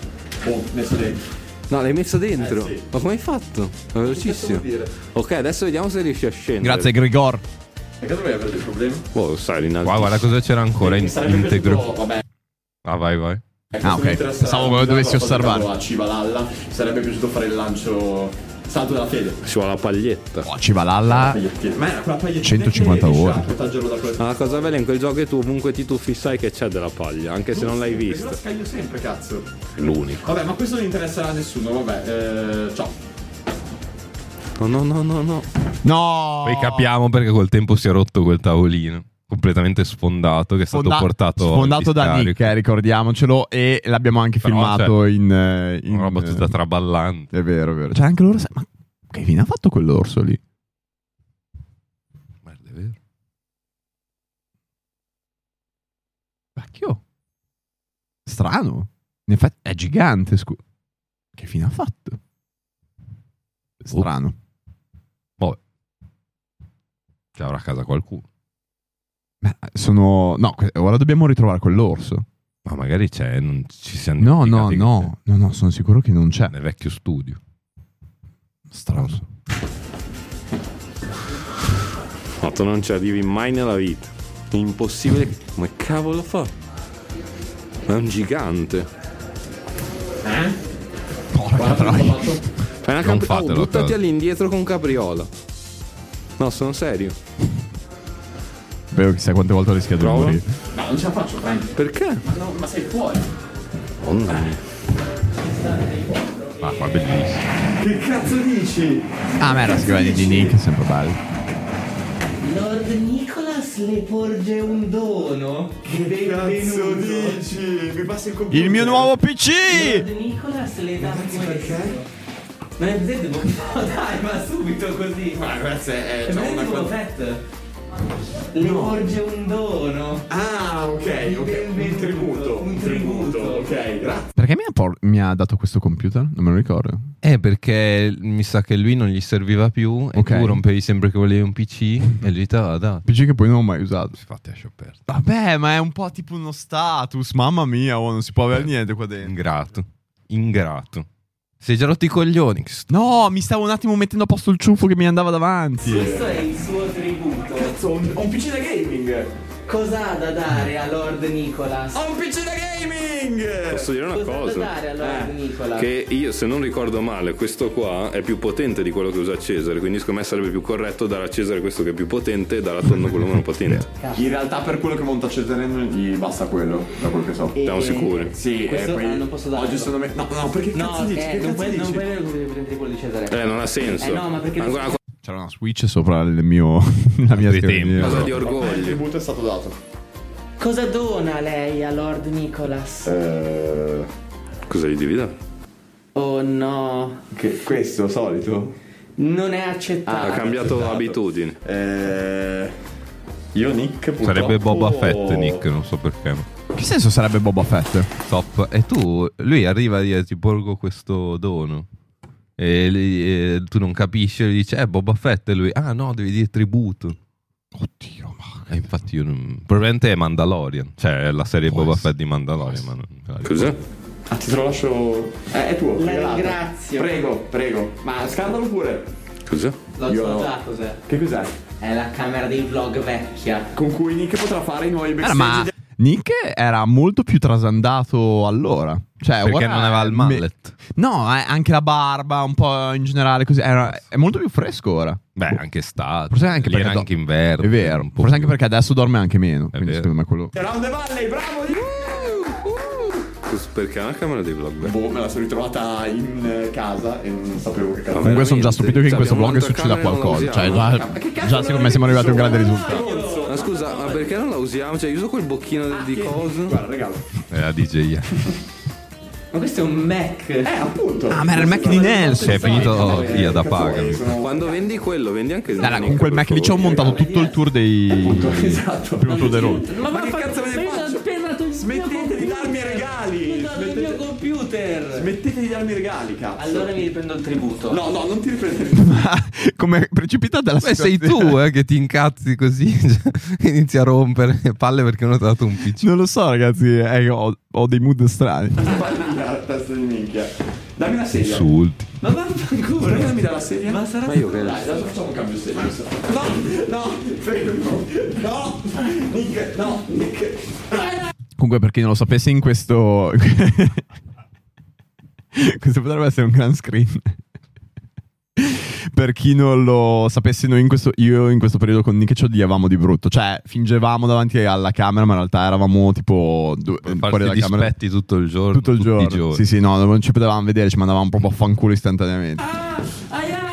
Oh, messo dentro. No, l'hai messo dentro. Eh, sì. Ma come hai fatto? È velocissimo. Che cazzo vuol dire? Ok, adesso vediamo se riesci a scendere. Grigor. Perché dovrei avere dei problemi? Boh, sali in alto. Wow, guarda cosa c'era ancora in- Mi sarebbe integro. piaciuto, vabbè. Ah, vai, vai. Ah, ok. Pensavo che lo dovessi osservare. A Civalalla mi sarebbe piaciuto fare il lancio salto della fede. Ci vuole la paglietta. Oh, Civalalla. Ma era quella pagliettina 150 che riesci a ore. proteggerlo da questo. Ma la cosa bella in quel gioco è che tu ovunque ti tuffi sai che c'è della paglia, anche se non l'hai Sempre, Io la vista. scaglio sempre, cazzo. L'unico. Vabbè, ma questo non interesserà a nessuno, vabbè. eh, ciao. No, no, no, no, no. No. Poi capiamo perché col tempo si è rotto quel tavolino. Completamente sfondato, che è stato Sfonda- portato. sfondato in da discarico. Nick, eh, ricordiamocelo. E l'abbiamo anche Però, cioè, filmato in, eh, in- Una roba tutta traballante. È vero, è vero. Cioè, anche loro. sa- Ma che fine ha fatto quell'orso lì? Merda, è vero. Vecchio. Strano. In effetti è gigante. scu- che fine ha fatto? Boh. Strano. Vabbè. Ci avrà a casa qualcuno. Beh, Eh, sono. No, que- ora dobbiamo ritrovare quell'orso. Ma magari c'è, non ci siamo No, no, dimenticati che no. No, no, sono sicuro che non c'è. c'è Nel vecchio studio. Strano. No, tu non ci arrivi mai nella vita. È impossibile. Come cavolo fa? È un gigante. Porca troia. Fai una Non capri- fatelo, Oh, buttati però. all'indietro con capriola. No, sono serio. Vero, chissà quante volte ho rischiato di Prova. morire. No, non ce la faccio, Frank. Perché? No, ma sei fuori. Madonna mia. Ah, qua è bellissimo. Che cazzo dici? Ah, ma era scrivere di Nick, è sempre bello. Lord Nicholas le porge un dono. Che cazzo Benvenuto. dici? Mi passi il computer. Il mio nuovo PC! Lord Nicholas le dà questo. Ma è presente Boba Dai, ma subito così. Ma Ah, grazie, è eh, c'ho presente una Boba cosa. Fett? Le porge un dono. Ah, ok, ok. Un Benvenuto, tributo. un Un tributo, tributo. ok, grazie. Perché mi ha, por- mi ha dato questo computer? Non me lo ricordo. Eh, perché mi sa che lui non gli serviva più. E Ok. tu rompevi sempre che volevi un PC. e lui te l'ha dato. PC che poi non ho mai usato. Infatti, lascio aperto. Vabbè, ma è un po' tipo uno status. Mamma mia, oh, non si può avere niente qua dentro. Ingrato. Ingrato. Sei già rotto i coglioni. che st- No, mi stavo un attimo mettendo a posto il ciuffo che mi andava davanti. Questo è il suo tributo. Ho un, ho un PC da gaming. Cosa ha da dare a Lord Nicholas? Ho un PC da gaming. Posso dire una Cosa da cosa? dare a Eh. Lord Nicholas? Che io, se non ricordo male, questo qua è più potente di quello che usa Cesare. Quindi, secondo me, sarebbe più corretto dare a Cesare questo che è più potente e dare a Tonno quello meno potente. In realtà per quello che monta Cesarenno gli basta quello, da quel che so. E- Siamo sicuri. Sì, Questo e poi ah, non posso darlo. Oggi sono me... No, no, perché No, cazzo dici? eh, Che non, cazzo puoi, dici? non puoi prendere quello di Cesare. Eh, non ha senso. Eh, no, ma perché- Ancora una C'era una Switch sopra il mio, la mia Altri scrivania. tempi. cosa di Il orgoglio. tributo è stato dato. Cosa dona lei a Lord Nicholas? Eh, Cosa gli devi dare? Oh no, che- questo solito? non è accettato. Ha cambiato esatto. abitudini. Eh, io Nick purtroppo... Sarebbe Boba Fett, Nick. Non so perché. Che senso sarebbe Boba Fett? Top. E tu, lui arriva e dice, ti porgo questo dono. E, lì, eh, tu non capisci, e gli dice, eh, Boba Fett. E lui, ah no, devi dire tributo. Oddio, ma Eh, infatti io non... Probabilmente è Mandalorian, cioè è la serie Boba Fett di Mandalorian, ma non... me la ricordo. Cos'è? Ah, ti te lo lascio. Eh, è tuo. Cioè, La regalato. ringrazio. Prego, prego. Ma scandalo pure. Cos'è? L'ho Io- so già cos'è. Che cos'è? È la camera dei vlog vecchia. Con cui Nick potrà fare i nuovi Eh, backstage. ma Nick era molto più trasandato allora. Cioè, Perché ora non aveva il me- mallet. No, eh, anche la barba, un po' in generale così. Era- è molto più fresco ora. cioè, Beh, anche estate. Forse anche Lì perché era do- anche inverno. È vero. un po' Forse anche più. perché adesso dorme anche meno. Quindi vero. secondo me quello. Round the Valley, bravo! Cos- Perché è una camera dei vlog? Beh. Boh, me la sono ritrovata in eh, casa Ah, e non sapevo che cazzo. Vabbè. Comunque sono già veramente. stupito che in questo Abbiamo vlog un'altra succeda camera e non la qualcosa. Cioè, usiamo. già, già secondo me siamo arrivati a un grande risultato. Ma scusa, ma perché non la usiamo? Cioè, io uso quel bocchino di cosa? Ah, Guarda, regalo. È la DJ. Ma questo è un Mac. Eh, appunto. Ah, ma era il Mac di Nelson. Cioè, è finito via da paga. Poi sono- Quando vendi quello, vendi anche il Dai, Nick, con quel per Mac lì ci ho favore. montato tutto il tour dei. Esatto. Il tour dei road. Ma, ma che cazzo ve ne faccio? Smettete di darmi regali! il mio computer! Smettete di darmi regali, cazzo. Allora mi riprendo il tributo. No, no, non ti riprendere. Come precipitata dalla Beh, sei tu eh, che ti incazzi così, inizi a rompere le palle perché uno ti ha dato un PC. Non lo so, ragazzi. eh, ho, ho dei mood strani. Vai via, testa di minchia. Dammi la sedia. Insulti. Ma vaffanculo! Perché non mi dà la sedia? Ma sarà- io che Dai, adesso facciamo un cambio sedia. No, no, fermo. No, Nick, no, Nick. Comunque, per chi non lo sapesse, in questo. questo potrebbe essere un grand screen. Per chi non lo sapesse, noi in questo, io in questo periodo con Nick ci odiavamo di brutto. Cioè, fingevamo davanti alla camera, ma in realtà eravamo tipo due, Per Eh, fuori farti dalla camera dispetti tutto il giorno. tutto il tutti i giorno. giorni. Sì, sì, no, non ci potevamo vedere, ci mandavamo proprio a fanculo istantaneamente. Aia!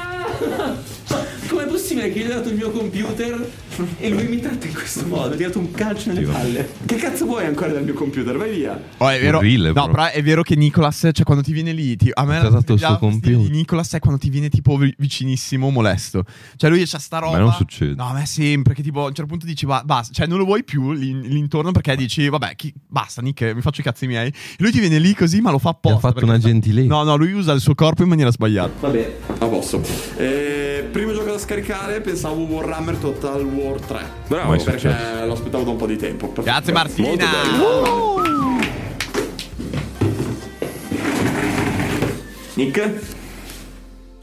Com'è possibile che io gli ho dato il mio computer e lui mi tratta in questo modo? Gli ho dato un calcio nelle palle. Che cazzo vuoi ancora dal mio computer? Vai via. Oh, è vero. Orribile, no, proprio. però è vero che Nicolas, cioè quando ti viene lì, ti- a me Ti ha dato il suo la fastidio computer. di Nicolas è quando ti viene tipo vi- vicinissimo molesto. Cioè lui c'ha sta roba. non succede. No, a me sempre che tipo a un certo punto dici "Va- basta, cioè non lo vuoi più l'in- l'intorno perché dici vabbè, chi- basta Nick, mi faccio i cazzi miei. Lui ti viene lì così, ma lo fa Mi apposta. ha fatto perché una fa- gentilezza. No, no, lui usa il suo corpo in maniera sbagliata. Vabbè, A posso. Eh, primo gioco da scaricare pensavo Warhammer Total War 3. Bravo. Ma è Perché lo aspettavo da un po' di tempo. Grazie Martina. Nick?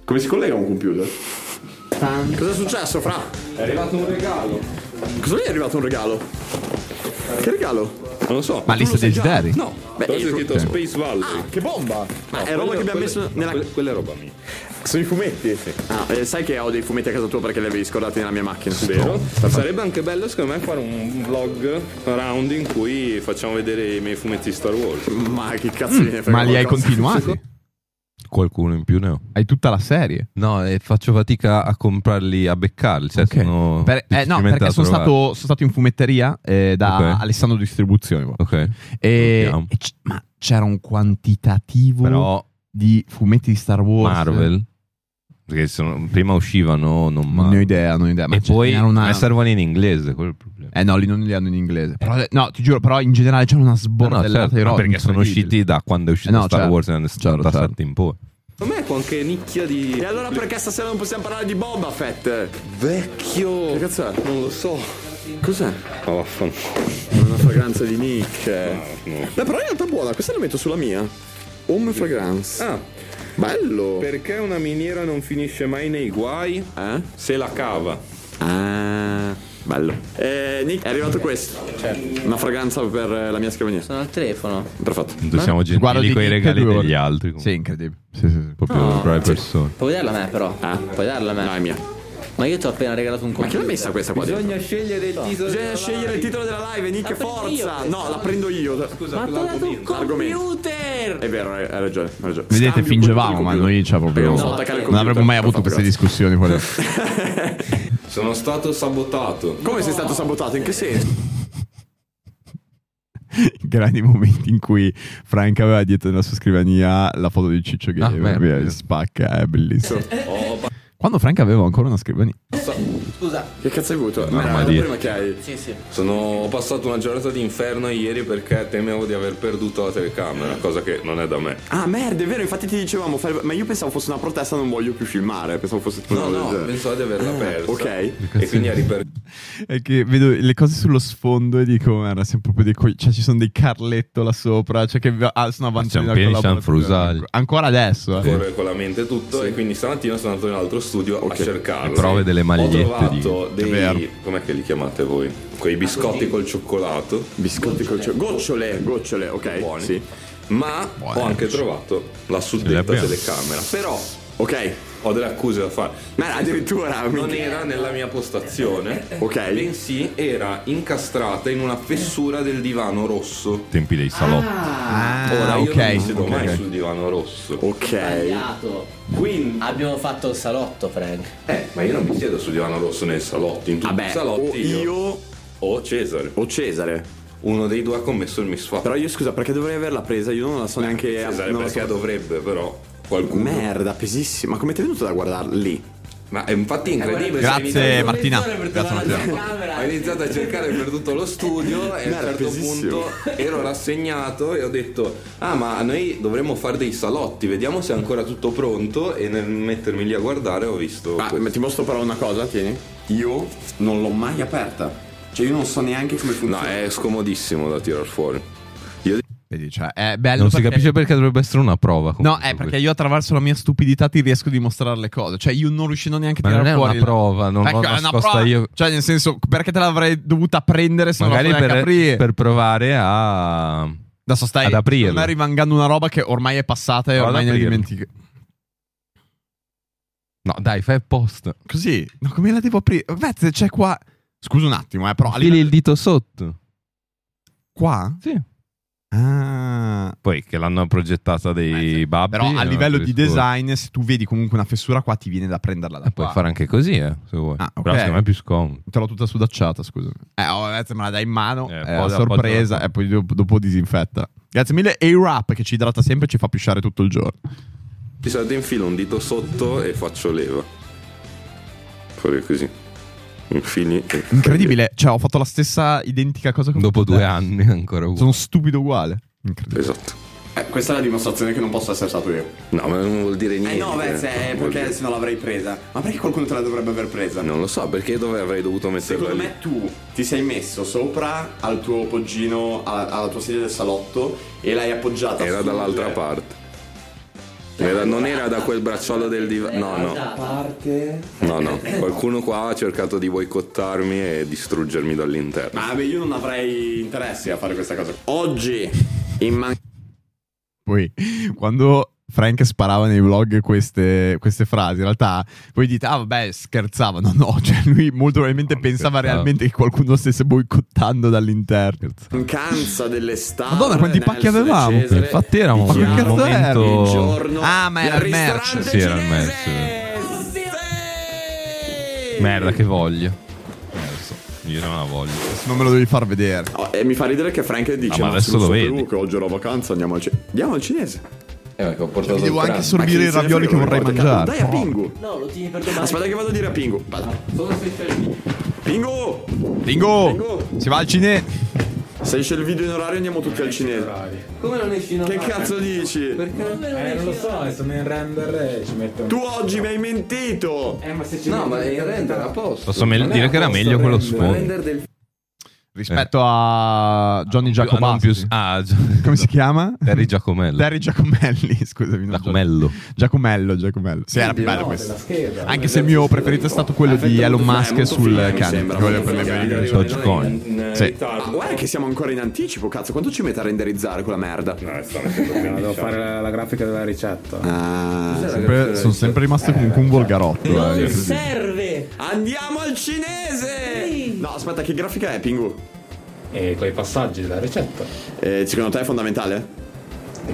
Come si collega a un computer? tanto. Cosa è successo, Fra? È arrivato un regalo. Cosa gli è arrivato un regalo? Che regalo? Non lo so. Ma lista dei desideri? No, beh, Però c'è io- Eh. scritto Space Ah, Valley. che bomba! Ma è roba che abbiamo messo nella. Quella, quella è roba mia. Sono i fumetti. Ah, eh, sai che ho dei fumetti a casa tua perché li avevi scordati nella mia macchina. Vero? Sarebbe anche bello secondo me fare un vlog round in cui facciamo vedere i miei fumetti Star Wars. Ma che cazzo viene Ma li hai continuati? Qualcuno in più ne ho. Hai tutta la serie? No, e faccio fatica a comprarli, a beccarli. Cioè, Ok. sono Per- eh, no, difficilmente perché da sono trovare. stato, sono stato in fumetteria eh, da Ok. Alessandro Distribuzione. qua. Ok. E- Notiamo. e c- ma c'era un quantitativo Però di fumetti di Star Wars. Marvel. Perché sono- prima uscivano, non Non ne ho Marvel. idea, non ho idea. Ma E ce poi n'era una- a me servono in inglese, quello è il problema. Eh no, lì non li hanno in inglese. Però- no, ti giuro, però in generale c'era una Eh. No, sborra no, della certo, ma perché sono usciti da quando è uscito Eh no, Star certo. Wars nel Certo, 77 certo. in poi. Secondo me è qualche nicchia di. E allora perché stasera non possiamo parlare di Boba Fett? Che Vecchio! cazzo è? Non lo so. Cos'è? Ma vaffanculo. Una fragranza di Nick. Beh, però in realtà è buona, questa la metto sulla mia. Home fragrance. Ah, Bello. perché una miniera non finisce mai nei guai? Eh? Se la cava. Ah, bello. Eh, Nick, è arrivato questo. Una fragranza per eh, la mia scrivania. Sono al telefono. Perfetto. Quindi siamo gentili con i regali degli altri. Sì, comunque. incredibile. Sì, sì, sì. Proprio No. brave persone. Puoi darla a me però. Ah. Puoi darla a me. No, è mia. Ma io ti ho appena regalato un Ma chi computer. l'ha messa questa qua dentro? scegliere il titolo. Bisogna scegliere il titolo della live, Nick, La prendo forza! io, No, la prendo io. Ma ti ho dato un Argomento. computer! È vero, hai hai ragione, hai ragione. Vedete, Scambio fingevamo, quello ma del noi c'è proprio. computer. No, Non, attaccare il non avremmo computer. mai avuto Perfetto, queste discussioni. fuori. Sono stato sabotato. grazie. Come sei stato sabotato? In che senso? I grandi momenti in cui Frank aveva dietro nella sua scrivania la foto di Ciccio Gamer. merda. via, spacca, è bellissimo. Oh, Quando Frank aveva ancora una scrivania. Scusa. Che cazzo hai avuto? Ma ma è la dire. prima che hai. Sì, sì. Sono ho passato una giornata d'inferno ieri perché temevo di aver perduto la telecamera, cosa che non è da me. Ah, merda, è vero, infatti ti dicevamo, fai- ma io pensavo fosse una protesta, non voglio più filmare. Pensavo fosse una No, roba no, del genere. pensavo di averla persa. Ah, ok. E quindi ha riperduto è che vedo le cose sullo sfondo e dico, guarda, siamo proprio dei coi- cioè ci sono dei Carletto là sopra, cioè che va- ah, sono avanti Siamo nella pieni di collaborazione. Sanfrusaglia. Ancora adesso, eh. correre con la mente tutto e quindi stamattina sono andato in un altro studio a cercarlo. Le prove delle magliette Ho trovato È vero. dei com'è che li chiamate voi? Quei biscotti col cioccolato. Ah, Biscotti col cioccolato. Gocciole, gocciole, ok. Buoni. Sì. Ma ho anche trovato la Le suddetta abbiamo. telecamera. Però Ok. ho delle accuse da fare. Ma addirittura. Non minchia. era nella mia postazione, Ok. bensì era incastrata in una fessura del divano rosso. Tempi dei eh, salotti. Ora Ah, io non mi ok. siedo mai ok. sul divano rosso. Eh, Ok. Sbagliato. Quindi Abbiamo fatto il salotto, Frank. Eh, ma io non mi siedo sul divano rosso nel salotto, in tutti Vabbè, i salotti o io, io o Cesare. o Cesare. Uno dei due ha commesso il misfatto. Però io scusa, perché dovrei averla presa? Io non la so neanche. Cesare non la so. perché dovrebbe, però qualcuno. Merda, pesissima. Come ti è venuto da guardarla lì? Ma è infatti incredibile. Grazie, sei iniziato- Martina. Mezz'ora per Grazie, trovare la Martina. camera. Ho iniziato a cercare per tutto lo studio e a un Merda, certo pesissimo. punto ero rassegnato e ho detto ah ma noi dovremmo fare dei salotti, vediamo se è ancora tutto pronto e nel mettermi lì a guardare ho visto... Ma, questo. ma Ah, ti mostro però una cosa, tieni. Io non l'ho mai aperta. Cioè io non so neanche come No, funziona. è scomodissimo da tirar fuori. Io Vedi, cioè, è bello Non si perché- capisce perché dovrebbe essere una prova. No, comunque, è perché questo. io attraverso la mia stupidità ti riesco a dimostrare le cose. Cioè, io non riuscendo neanche a Ma tirare non è fuori una la- prova, non l'ho è una nascosta prova. io. Cioè, nel senso, perché te l'avrei dovuta prendere se Magari non la puoi per, aprire? per provare a. Ma Adesso stai ad aprirla. secondo me, rimangando una roba che ormai è passata e Vado ormai ad ne aprirla. dimentico. No, dai, fai post. Così, no, come la devo aprire? Beh, c'è qua. Scusa un attimo, eh, però. a Fili livello- il dito sotto. Qua? Sì. Ah. Poi che l'hanno progettata dei babbi. Però a eh, livello di questo- design, se tu vedi comunque una fessura qua, ti viene da prenderla da Eh, puoi qua. fare anche così, eh, se vuoi. Ah, ok. Però secondo me è più scomodo. Te l'ho tutta sudacciata, scusami. Eh, oh, grazie, me la dai in mano. Eh, è poi a la sorpresa. appoggio. E poi dopo, dopo disinfetta. Grazie mille. E wrap che ci idrata sempre e ci fa pisciare tutto il giorno. Ti salto infilo un dito sotto e faccio leva. Fuori così. Infili. e- Incredibile. Cioè, ho fatto la stessa identica cosa con Dopo te. due anni ancora uguale. Sono stupido uguale. Incredibile. Esatto. Eh, questa è la dimostrazione che non posso essere stato io. No, ma non vuol dire niente. Eh no, beh, se, Non vuol perché dire- se no l'avrei presa. Ma perché qualcuno te la dovrebbe aver presa? Non lo so, perché dove avrei dovuto metterla Secondo lì? me tu ti sei messo sopra al tuo poggino, alla, alla tua sedia del salotto e l'hai appoggiata. Era sul- dall'altra parte. Era- non era da quel bracciolo del divano. No, no. No, no. Qualcuno qua ha cercato di boicottarmi e distruggermi dall'interno. Ma Ah, beh, io non avrei interesse a fare questa cosa. Oggi, in man- Poi, quando Frank sparava nei vlog queste, queste frasi, in realtà voi dite, ah vabbè, scherzava. No, no, cioè lui molto probabilmente Non pensava scherzava. realmente che qualcuno stesse boicottando dall'interno. mancanza dell'estate. Madonna, quanti pacchi avevamo? Infatti era un Ma che cazzo momento- Il giorno Ah, ma era del il merch. ristorante Sì, era il cinese. merch. Merda, che voglio. Eh, lo so, Io non la voglio. Non me lo devi far vedere. Oh, e mi fa ridere che Frank dice: Ah, ma "No, adesso sono lo solo vedi." io che oggi ho la vacanza, andiamo al, cinese. andiamo al cinese. Eh, perché ho portato Mi devo il anche pranzo. sorbire i Se ne ravioli che frega, vorrei non importa, mangiare. Dai a Pingu. No, lo tieni per domani. Aspetta che vado a dire a Pingu. Vado. Pingu! Dingo! Si va al cinese. Se esce il video in orario andiamo tutti al cinese. Come non esci in Che orario? cazzo dici? Perché non Eh, non esci lo in so, orario? adesso nel render eh, ci metto... Tu oggi mi hai mentito! Eh, ma se ci No, metti- ma il render a posto. Posso me- Non è dire a che era posto meglio il quello render. sfondo. Il render del Rispetto a Johnny Ah, non Giacobazzi. Eh. più- ah, gi- Come si chiama? Terry Giacomello. Terry Giacomelli, scusami. non Giacomello. Giacomo- Giacomello, Giacomello. Sì, era più bello No, della questo. scheda. Anche se il mio preferito è stato quello di Elon Musk sul cane. che voglio prendere per il cane. Dogecoin. in, in Sì. Ah, ritardo. guarda che siamo ancora in anticipo, cazzo, quanto ci mette a renderizzare quella merda? Eh, stanno facendo Eh, Devo 15 fare la, la grafica della ricetta. Ah. Sempre- sono sempre rimasto comunque un volgarotto. eh. Non serve! Andiamo al cinese! No, aspetta, che grafica è, Pingu? E con i passaggi della ricetta. Eh, secondo te è fondamentale?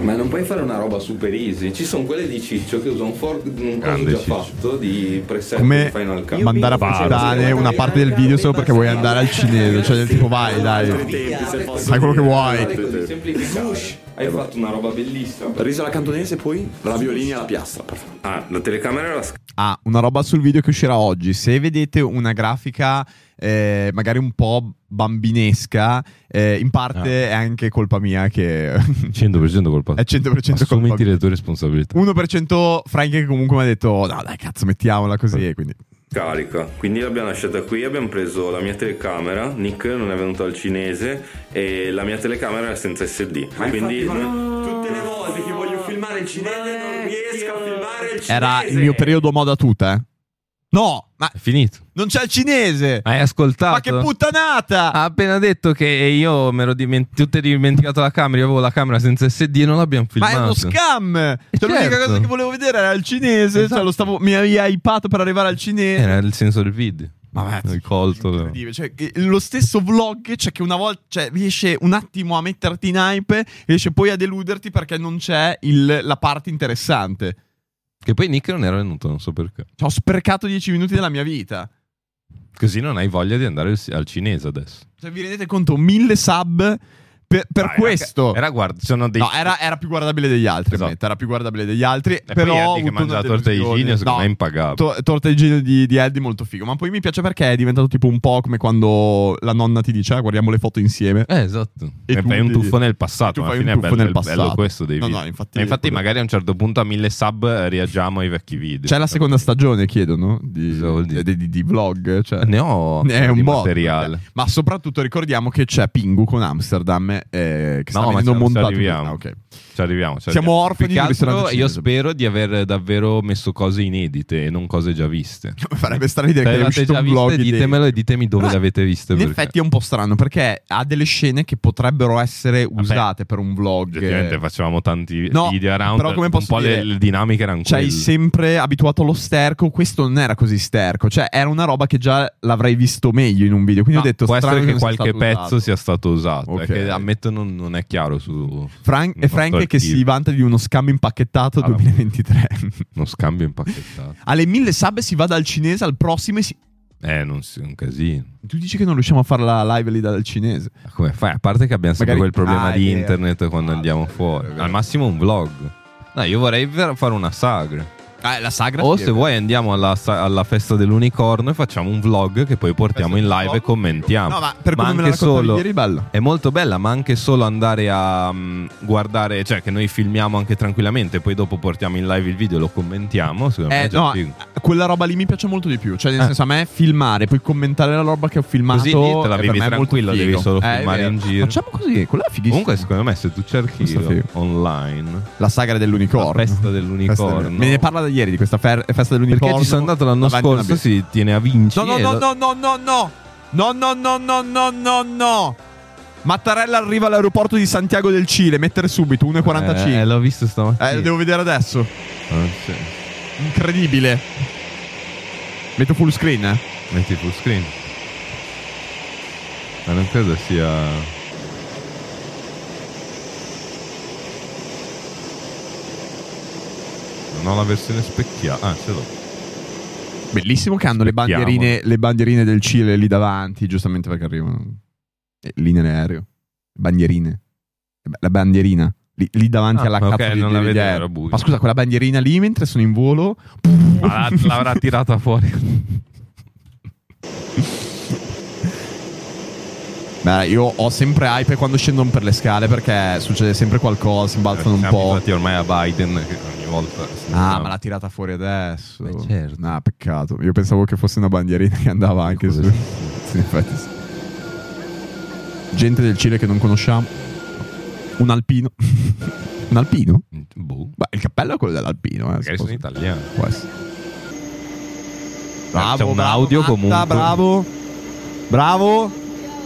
Ma non puoi fare una roba super easy. Ci sono quelle di Ciccio che usa un fork un coso Grande già Ciccio. fatto di preset di Cioè, Come Final Cut. mandare a Paolo. puttane una parte del video solo perché vuoi andare al cinese. Cioè, del tipo, Altri vai, dai. tempi, se posso Fai quello che dire. vuoi. Altri Così, tempi. semplificare. Hai fatto una roba bellissima. Riso alla cantonese, poi raviolini alla piastra, perfetto. Ah, la telecamera la sc- Ah, una roba sul video che uscirà oggi. Se vedete una grafica eh, magari un po' bambinesca, eh, in parte è anche colpa mia che è 100% colpa. 100% colpa Assumiti mia. le tue responsabilità. 1% Frank che comunque mi ha detto no dai cazzo mettiamola così e quindi Carica, quindi l'abbiamo lasciata qui. Abbiamo preso la mia telecamera. Nick non è venuto al cinese e la mia telecamera era senza SD. quindi Tutte le volte che voglio filmare il cinese non riesco a filmare il cinese. Era il mio periodo moda tuta, eh. No, ma È finito. non c'è il cinese. Hai ascoltato? Ma che puttanata! Ha appena detto che io mi ero dimen- tu ti eri dimenticato la camera, io avevo la camera senza SD e non l'abbiamo Ma filmata. è uno scam! Cioè, certo. Esatto. L'unica cosa che volevo vedere era il cinese. Cioè, lo stavo, mi avevi hypato per arrivare al cinese. Era il senso del video. Ma Il colto. incredibile. Cioè, che lo stesso vlog, cioè che una volta cioè, riesce un attimo a metterti in hype, riesce poi a deluderti perché non c'è il- la parte interessante. Che poi Nick non era venuto, non so perché. Cioè, ho sprecato 10 minuti della mia vita. Così non hai voglia di andare al- al cinese adesso. Cioè, vi rendete conto? Mille sub per, per Ah, era- questo. Era, guarda, sono dei. No, era, era più guardabile degli altri. Esatto. ammetto, Era più guardabile degli altri. E però poi ho Eddie che avuto mangia la una torta di delusione. ginio, secondo No, me è impagabile. Ah, to- torta di ginio di, di Eddie molto figo. Ma poi mi piace perché è diventato tipo un po' come quando la nonna ti dice: "Ah, guardiamo le foto insieme. Eh, esatto. E E tu fai un devi- tuffo nel passato. tu alla fai fine un è tuffo bello- nel è bello passato. questo dei No, video. no, infatti- E infatti quello- magari a un certo punto a mille sub eh, reagiamo ai vecchi video. C'è la seconda stagione, chiedono. Di, Cosa vuol dire? di, di- di vlog. Cioè. Ne ho Ne è un di botto, materiale. cioè. Ma soprattutto ricordiamo che c'è Pingu con Amsterdam eh, che sta No, ma venendo ci- ci montato. arriviamo. Ah, ok. Ci arriviamo. ci Siamo arriviamo. orfani Più di che un ristorante altro, Io cinese. spero di aver davvero messo cose inedite e non cose già viste. Farebbe strano dire Se che è l'avete uscito già un viste, vlog ditemelo e ditemi dove Però, l'avete viste. In perché- effetti è un po' strano perché ha delle scene che potrebbero essere usate per un vlog. Oggettivamente facevamo tanti eh, No, video around. però come un posso po' le- dire, le dinamiche erano Ci Cioè, hai quelle. sempre abituato allo sterco, questo non era così sterco, cioè era una roba che già l'avrei visto meglio in un video, quindi Ma ho detto può strano essere che non sia qualche stato pezzo usato. sia stato usato. Ok. Perché ammetto non, non è chiaro su Frank, un e fatto Frank che archivio. si vanta di uno scambio impacchettato Allora. 2023. uno scambio impacchettato. Alle mille sub si va dal cinese al prossimo e si... Eh, non si, un casino. Tu dici che non riusciamo a fare la live lì dal cinese. Ma Come fai? A parte che abbiamo sempre Magari- quel problema Ah, è di vero. internet quando Ah, andiamo vero, fuori. vero, vero. Al massimo un vlog. No, io vorrei ver- fare una Eh, sagra. Ah, la sagra. O se vuoi andiamo alla, sa- alla festa dell'unicorno e facciamo un vlog che poi portiamo in live e commentiamo. No, ma per come me la anche raccontavi solo- ieri, bello. È molto bella, ma anche solo andare a mm, guardare, cioè che noi filmiamo anche tranquillamente, poi dopo portiamo in live il video e lo commentiamo. Secondo me Eh, è già no, figo. quella roba lì mi piace molto di più. Cioè, nel Eh. senso, a me filmare, poi commentare la roba che ho filmato. Così lì te la è per vivi me molto tranquillo, figo. devi solo Eh, è filmare vero. in giro. Facciamo così, quella è fighissima. Comunque, secondo me, se tu cerchi Questo è figo. online la sagra la dell'unicorno. festa Festa dell'unicorno, del- Me ne parla da ieri di questa fer- festa dell'unicorno. perché ci sono andato l'anno davanti a una scorso, birra. si tiene a Eh, Vinci. No, e no, lo- no, no, no, no, no. No, no, no, no, no, no, no. Mattarella arriva all'aeroporto di Santiago del Cile. Mettere subito Eh, 1,45. l'ho visto Eh, stamattina. lo devo vedere adesso. Ah, sì. Incredibile. Metto full screen. eh. Metti full screen. Ma non credo sia. Non ho la versione specchiata. Ah, ce l'ho. Bellissimo che hanno le Aspettiamo. bandierine, le bandierine del Cile lì davanti, giustamente perché arrivano. Eh, Lì nell'aereo. Bandierine. Eh beh, La bandierina. Lì, lì davanti Ah, alla ok, cazzo di- non di, la di vedevo, aereo. era buio. Ma scusa, quella bandierina lì mentre sono in volo. Ma la- l'avrà tirata fuori. Beh, io ho sempre hype quando scendono per le scale perché succede sempre qualcosa, si balzano un Eh, Siamo po'. abituati ormai a Biden che ogni volta. Ah, ma l'ha tirata fuori adesso. Eh, certo. Ah, peccato. Io pensavo che fosse una bandierina che andava anche su. Cosa Sì, infatti sì. Gente del Cile che non conosciamo. Un alpino. un alpino? Boh. Beh, il cappello è quello dell'alpino. Eh, Magari supposo. sono italiani. Può essere. C'è un bravo, audio Matta, comunque. Bravo. Bravo.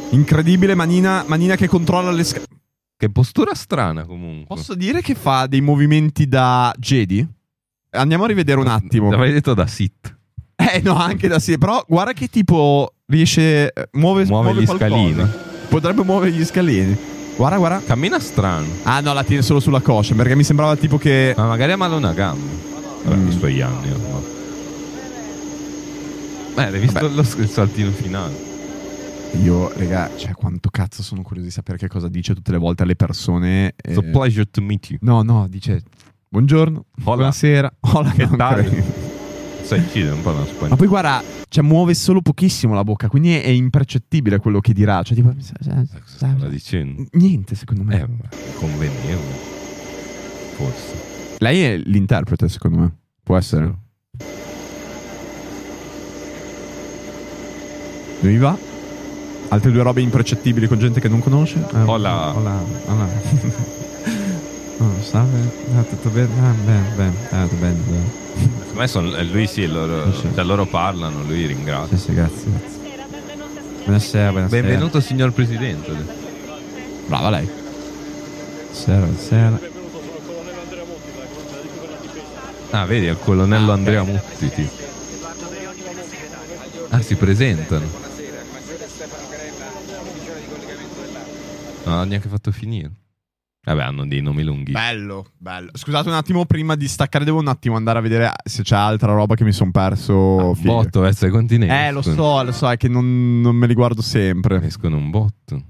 Incredibile Manina, Manina che controlla le scale. Che postura strana comunque. Posso dire che fa dei movimenti da Jedi? Andiamo a rivedere un attimo. L'avrei detto da sit. Eh no, anche da sì, però guarda che tipo riesce eh, muove, Muove gli qualcosa. scalini. Potrebbe muovere gli scalini. Guarda, guarda. Cammina strano. Ah no, la tiene solo sulla coscia perché mi sembrava tipo che Ma magari a male una gamba. Vabbè, Mm. i suoi anni ormai. Beh, hai visto Vabbè. lo sc- il saltino finale? io, raga, cioè quanto cazzo sono curioso di sapere che cosa dice tutte le volte alle persone. eh. It's a pleasure to meet you. No, no, dice buongiorno, Hola. buonasera. Hola, Che no, tale? ancora. Sai, ci un po' la Ma spagnola. poi guarda, cioè muove solo pochissimo la bocca, quindi è, è impercettibile quello che dirà, cioè tipo Eh, Cosa stava dicendo? niente, secondo me. Eh, ma convenevole. Forse. Lei è l'interprete, secondo me. Può essere. Lui va. Altre due robe impercettibili con gente che non conosce. Eh, Hola. Hola. Hola. Oh, salve. Ah, tutto bene? Ah, bene, bene. Ah, tutto bene. bene. Secondo me son- eh, lui sì, loro, Sì, sì. cioè, loro parlano, lui ringrazia. Sì, sì, grazie. Buonasera, buonasera. Benvenuto signor Presidente. Brava lei. Buonasera, buonasera. Ah, vedi, è il colonnello Andrea Muzziti. Ah, si presentano. Non ha neanche fatto finire. Vabbè, hanno dei nomi lunghi. Bello, bello. Scusate un attimo, prima di staccare devo un attimo andare a vedere se c'è altra roba che mi sono perso. oh, figa. botto, eh, sei continente. eh, lo so, lo so, è che non, non me li guardo sempre. Escono un botto.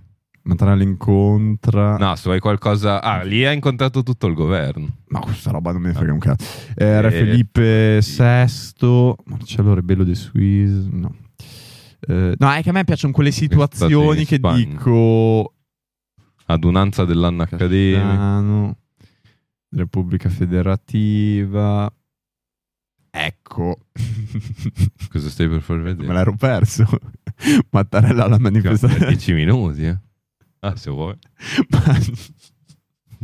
Ma tra l'incontra... No, se vuoi qualcosa... Ah, lì ha incontrato tutto il governo. Ma questa roba non me ne frega un cazzo. Eh, Re Eh, Felippe VI, Marcello Rebello de Suisse. No. Eh, no, è che a me piacciono quelle situazioni che Spagna. dico. Adunanza dell'anno accademico. Castellano, Repubblica Federativa. Ecco, Cosa stai per far me vedere? l'ero perso. Mattarella alla manifestazione. 10 minuti, eh. Ah, se vuoi.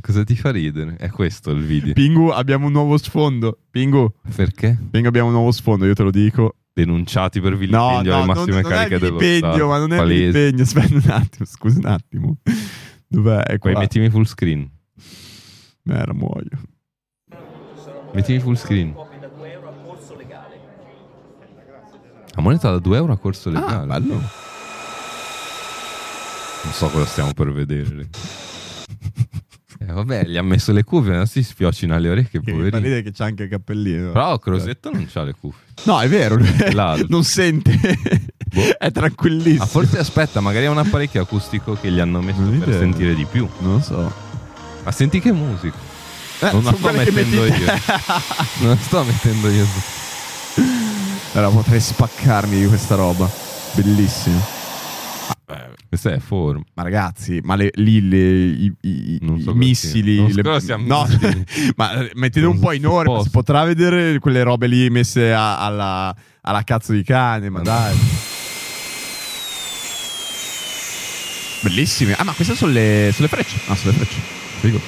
Cosa ti fa ridere? È questo il video. Pingu, abbiamo un nuovo sfondo. Pingu, Perché? Pingu, abbiamo un nuovo sfondo, io te lo dico. Denunciati per No, vilipendio no, alle non, massime non è cariche dello vilipendio, Stato. ma non è Palese. vilipendio. Aspetta un attimo, scusa un attimo. Dov'è? È Poi qua. mettimi full screen. Mera, muoio. Mettimi full screen. La moneta da 2 euro a corso legale. Ah, bello. Non so cosa stiamo per vedere. Eh, vabbè, gli ha messo le cuffie, non si sfiocina le orecchie, Che poverino. vedete che c'ha anche il cappellino. Però Crosetto non c'ha le cuffie. No, è vero. Là. non sente. è tranquillissimo. Ah, forse aspetta, magari è un apparecchio acustico che gli hanno messo Non per idea. sentire di più. Non lo so. Ma senti che musica. Eh, non la sono sto quelle Eh, che mettendo metti- io. non la sto mettendo io. su- Allora potrei spaccarmi di questa roba. Bellissimo. Questa è forma. Ma ragazzi, ma le, lì le- i, i- Non i so cosa sia. missili. Non so le- cosa sia no, missili. ma eh, mettete un Non po' so in ordine. posso. Si potrà vedere quelle robe lì messe a- alla, alla cazzo di cane. Ma Ma dai, bellissime. Ah, ma queste sono le, sono le frecce. Ah, sono le frecce. Figo.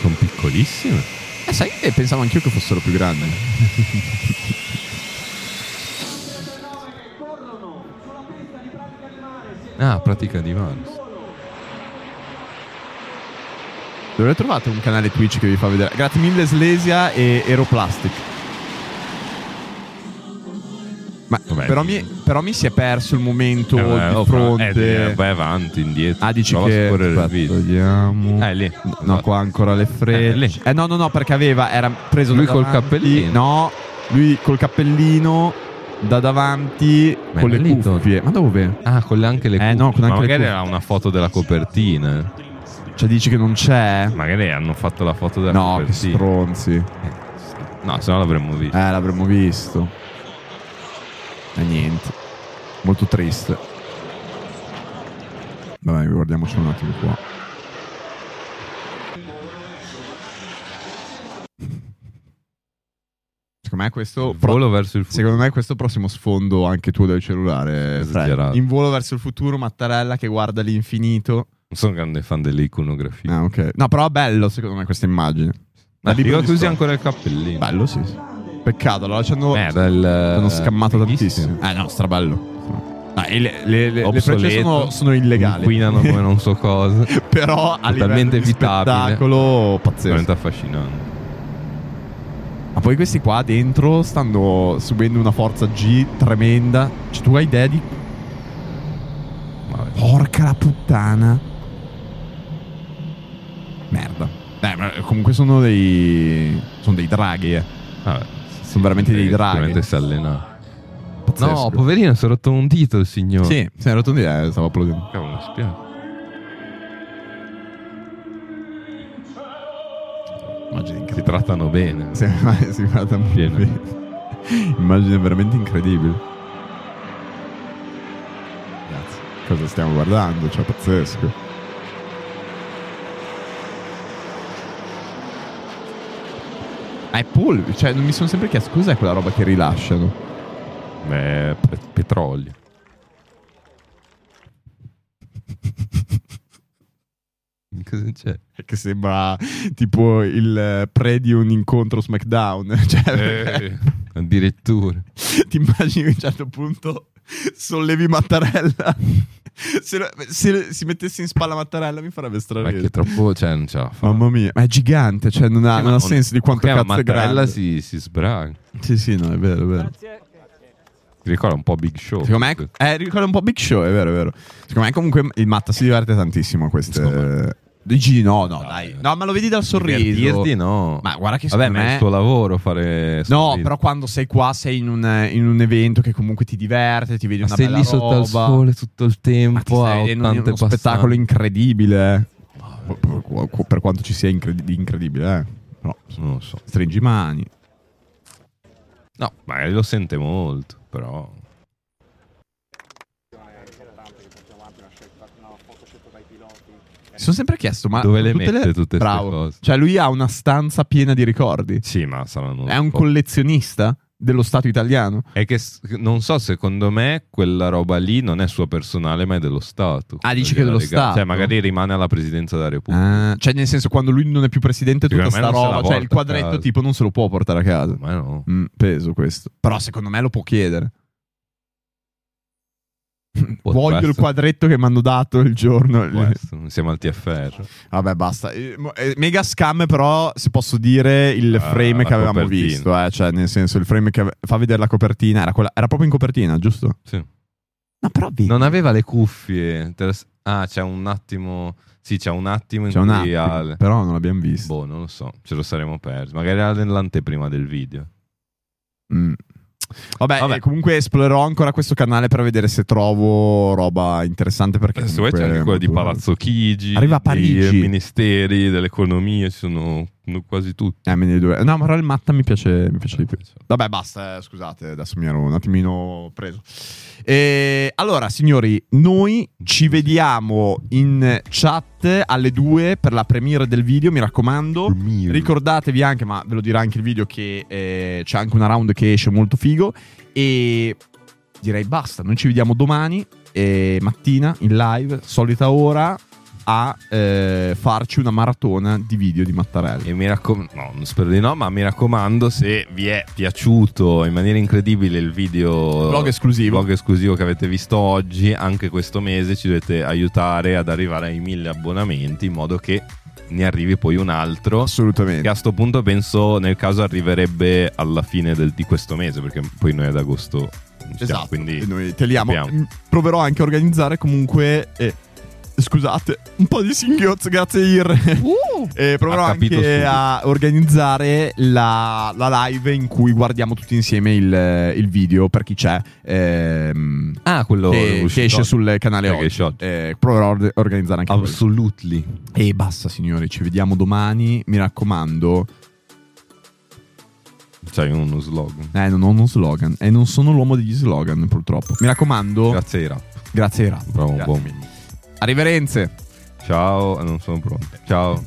Sono piccolissime. Eh, sai che pensavo anch'io che fossero più grandi. Ah, pratica di Mars. Dove trovate un canale Twitch che vi fa vedere? Grazie mille, Slesia e Aeroplastic. Ma, Vabbè. però, mi, però mi si è perso il momento Eh, vabbè, di oh, però- fronte. eh, dire, vai avanti, indietro. Ah, dici Prova a che scorrere il aspetta, video. vediamo. Eh, lì. No, no, qua ancora le Eh, lì. frecce. Eh, no, no, no, perché aveva era preso Lui da col davanti. cappellino. No, lui col cappellino da davanti Ma con era le lì, cuffie. Ma dove? Ah, con le- anche le Eh, cuffie. no, con anche Ma le magari cuffie. era una foto della copertina. eh. Cioè dici che non c'è? Magari hanno fatto la foto della No, che Eh, copertina. stronzi. Eh, no, se no l'avremmo visto. l'avremmo visto. E niente. Molto triste. Vabbè, guardiamoci un attimo qua. Secondo me questo pro- Volo verso il futuro. Secondo me questo prossimo sfondo anche tu del cellulare. Fred. Esagerato. In volo verso il futuro, Mattarella che guarda l'infinito. Non sono grande fan delle iconografie. Ah, ok. No, però bello secondo me questa immagine. Da libro Ma arriva di così storia. ancora il cappellino. Bello, sì. sì. Peccato, allora ci hanno, Eh, dal- ci hanno scammato fighissimo. tantissimo. Eh no, strabello. No, e le, le- le- le Obsoleto. frecce sono, sono illegali. Inquinano come non so cosa. però a livello Totalmente di evitabile. spettacolo Veramente pazzesco. affascinante. Ma poi questi qua dentro stanno subendo una forza G tremenda. Cioè, tu hai idea di Vabbè. Porca la puttana. Merda. Eh, ma comunque sono dei. Sono dei draghi, eh. Vabbè. Sono veramente dei draghi. Sicuramente si allena. Pazzesco. No, poverino, si è rotto un dito il signore. Sì, si è rotondi, eh, stavo applaudendo. Cavolo, mi spiace. Immagine Si incredibile. trattano bene. Sì, ma è sembrata un Pieno. Immagine veramente incredibile. Ragazzi, cosa stiamo guardando? Cioè, pazzesco. Ah, è polvere. Cioè, mi sono sempre chiesto cos'è quella roba che rilasciano. Beh, pe- Eh, petrolio. cosa c'è? Che sembra tipo il eh, pre di un incontro SmackDown. Cioè, Eh, addirittura. ti immagini che a un certo punto sollevi Mattarella. Se, lo- se si mettesse in spalla Mattarella mi farebbe Ma che strano. è troppo. Cioè, non ce la fa. Mamma mia, ma è gigante, cioè non ha, Sì, ma non ha on- senso di quanto ok, ma cazzo è Mattarella grande. si, si sbraga. Sì, sì, no, è vero, è vero. Ti ricorda un po' Big Show. Secondo me, eh, ricorda un po' Big Show, è vero, è vero. Secondo me, comunque, il Matta si diverte tantissimo a queste. Dici no, no, dai. No, ma lo vedi dal sorriso. Divertirti no. Ma guarda che Vabbè, secondo ma è me- il tuo lavoro fare No, sorridere. però quando sei qua, sei in un, in un evento che comunque ti diverte, ti vedi Ma una sei bella lì sotto al roba. sole tutto il Ma ti tempo a stai vedendo 80 uno passanti. spettacolo incredibile. eh. Per quanto ci sia incredi- di incredibile, eh. Però, Non lo so. stringi mani. No, magari lo sente molto, però. Mi sono sempre chiesto, ma Dove le tutte mette tutte ste Bravo. cose? Cioè, lui ha una stanza piena di ricordi. Sì, ma saranno. È un po'- collezionista dello Stato italiano. È che s- non so, secondo me quella roba lì non è sua personale, ma è dello Stato. Ah, dici Perché che è la dello Lega- Stato? Cioè, magari rimane alla presidenza della Repubblica. Ah, cioè, nel senso, quando lui non è più presidente, tutta Secondo me sta non se la roba. Cioè, il porta a quadretto, casa. tipo, non se lo può portare a casa. Ma no. Mm, peso questo. Però, secondo me, lo può chiedere. Può Voglio il essere. quadretto che mi hanno dato il giorno. Questo, siamo al TFR. Vabbè, basta. Eh, mo- eh, Mega scam, però, se posso dire, il Ah, frame che la avevamo copertina. visto. eh, Cioè, nel senso, il frame che ave- fa vedere la copertina. Era, quella- era proprio in copertina, giusto? Sì. No, però vedi. Non aveva le cuffie. Te la s- Ah, c'è un attimo. Sì, c'è un attimo in C'è un cui ha attimo, le- però non l'abbiamo visto. Boh, non lo so, ce lo saremo persi. Magari era nell'anteprima del video. Mm. Vabbè, Boh. Vabbè. eh, comunque esplorerò ancora questo canale per vedere se trovo roba interessante. Perché Adesso poi Eh, c'è comunque anche è quella di molto- Palazzo Chigi, Boh. Arriva a dei Parigi. ministeri, dell'economia, ci sono quasi tutti. Eh, me ne due. No, però il matta mi piace, mi piace di più. Vabbè, basta, eh, scusate, adesso mi ero un attimino preso. E, allora, signori, noi ci vediamo in chat alle 2 per la premiere del video, mi raccomando. Ricordatevi anche, ma ve lo dirà anche il video, che eh, c'è anche una round che esce molto figo. E direi basta, noi ci vediamo domani eh, mattina in live, solita ora, a eh, farci una maratona di video di Mattarella. E mi raccomando, no, non spero di no, ma mi raccomando se vi è piaciuto in maniera incredibile il video Blog esclusivo. blog esclusivo che avete visto oggi, anche questo mese ci dovete aiutare ad arrivare ai mille abbonamenti in modo che ne arrivi poi un altro. Assolutamente. Che a sto punto penso nel caso arriverebbe alla fine del- di questo mese, perché poi noi ad agosto non ci siamo, Esatto, quindi e noi teliamo. abbiamo. Mm, Proverò anche a organizzare comunque. eh, Scusate, un po' di singhiozzo, grazie Ir. E proverò Ha anche capito subito. a organizzare la, la live in cui guardiamo tutti insieme il, il video per chi c'è. ehm, Ah, quello che, che uscito esce oggi. sul canale Cioè, che oggi. esce oggi. Eh, proverò a or- organizzare anche quello. Absolutely. E basta, signori, ci vediamo domani. Mi raccomando. C'hai uno slogan. Eh, non ho uno slogan. E non sono l'uomo degli slogan, purtroppo. Mi raccomando. Grazie Boh, ai rap. grazie, Ira. Bravo, boh. Grazie buon- mille. Arriverenze. Ciao, non sono pronto. Ciao.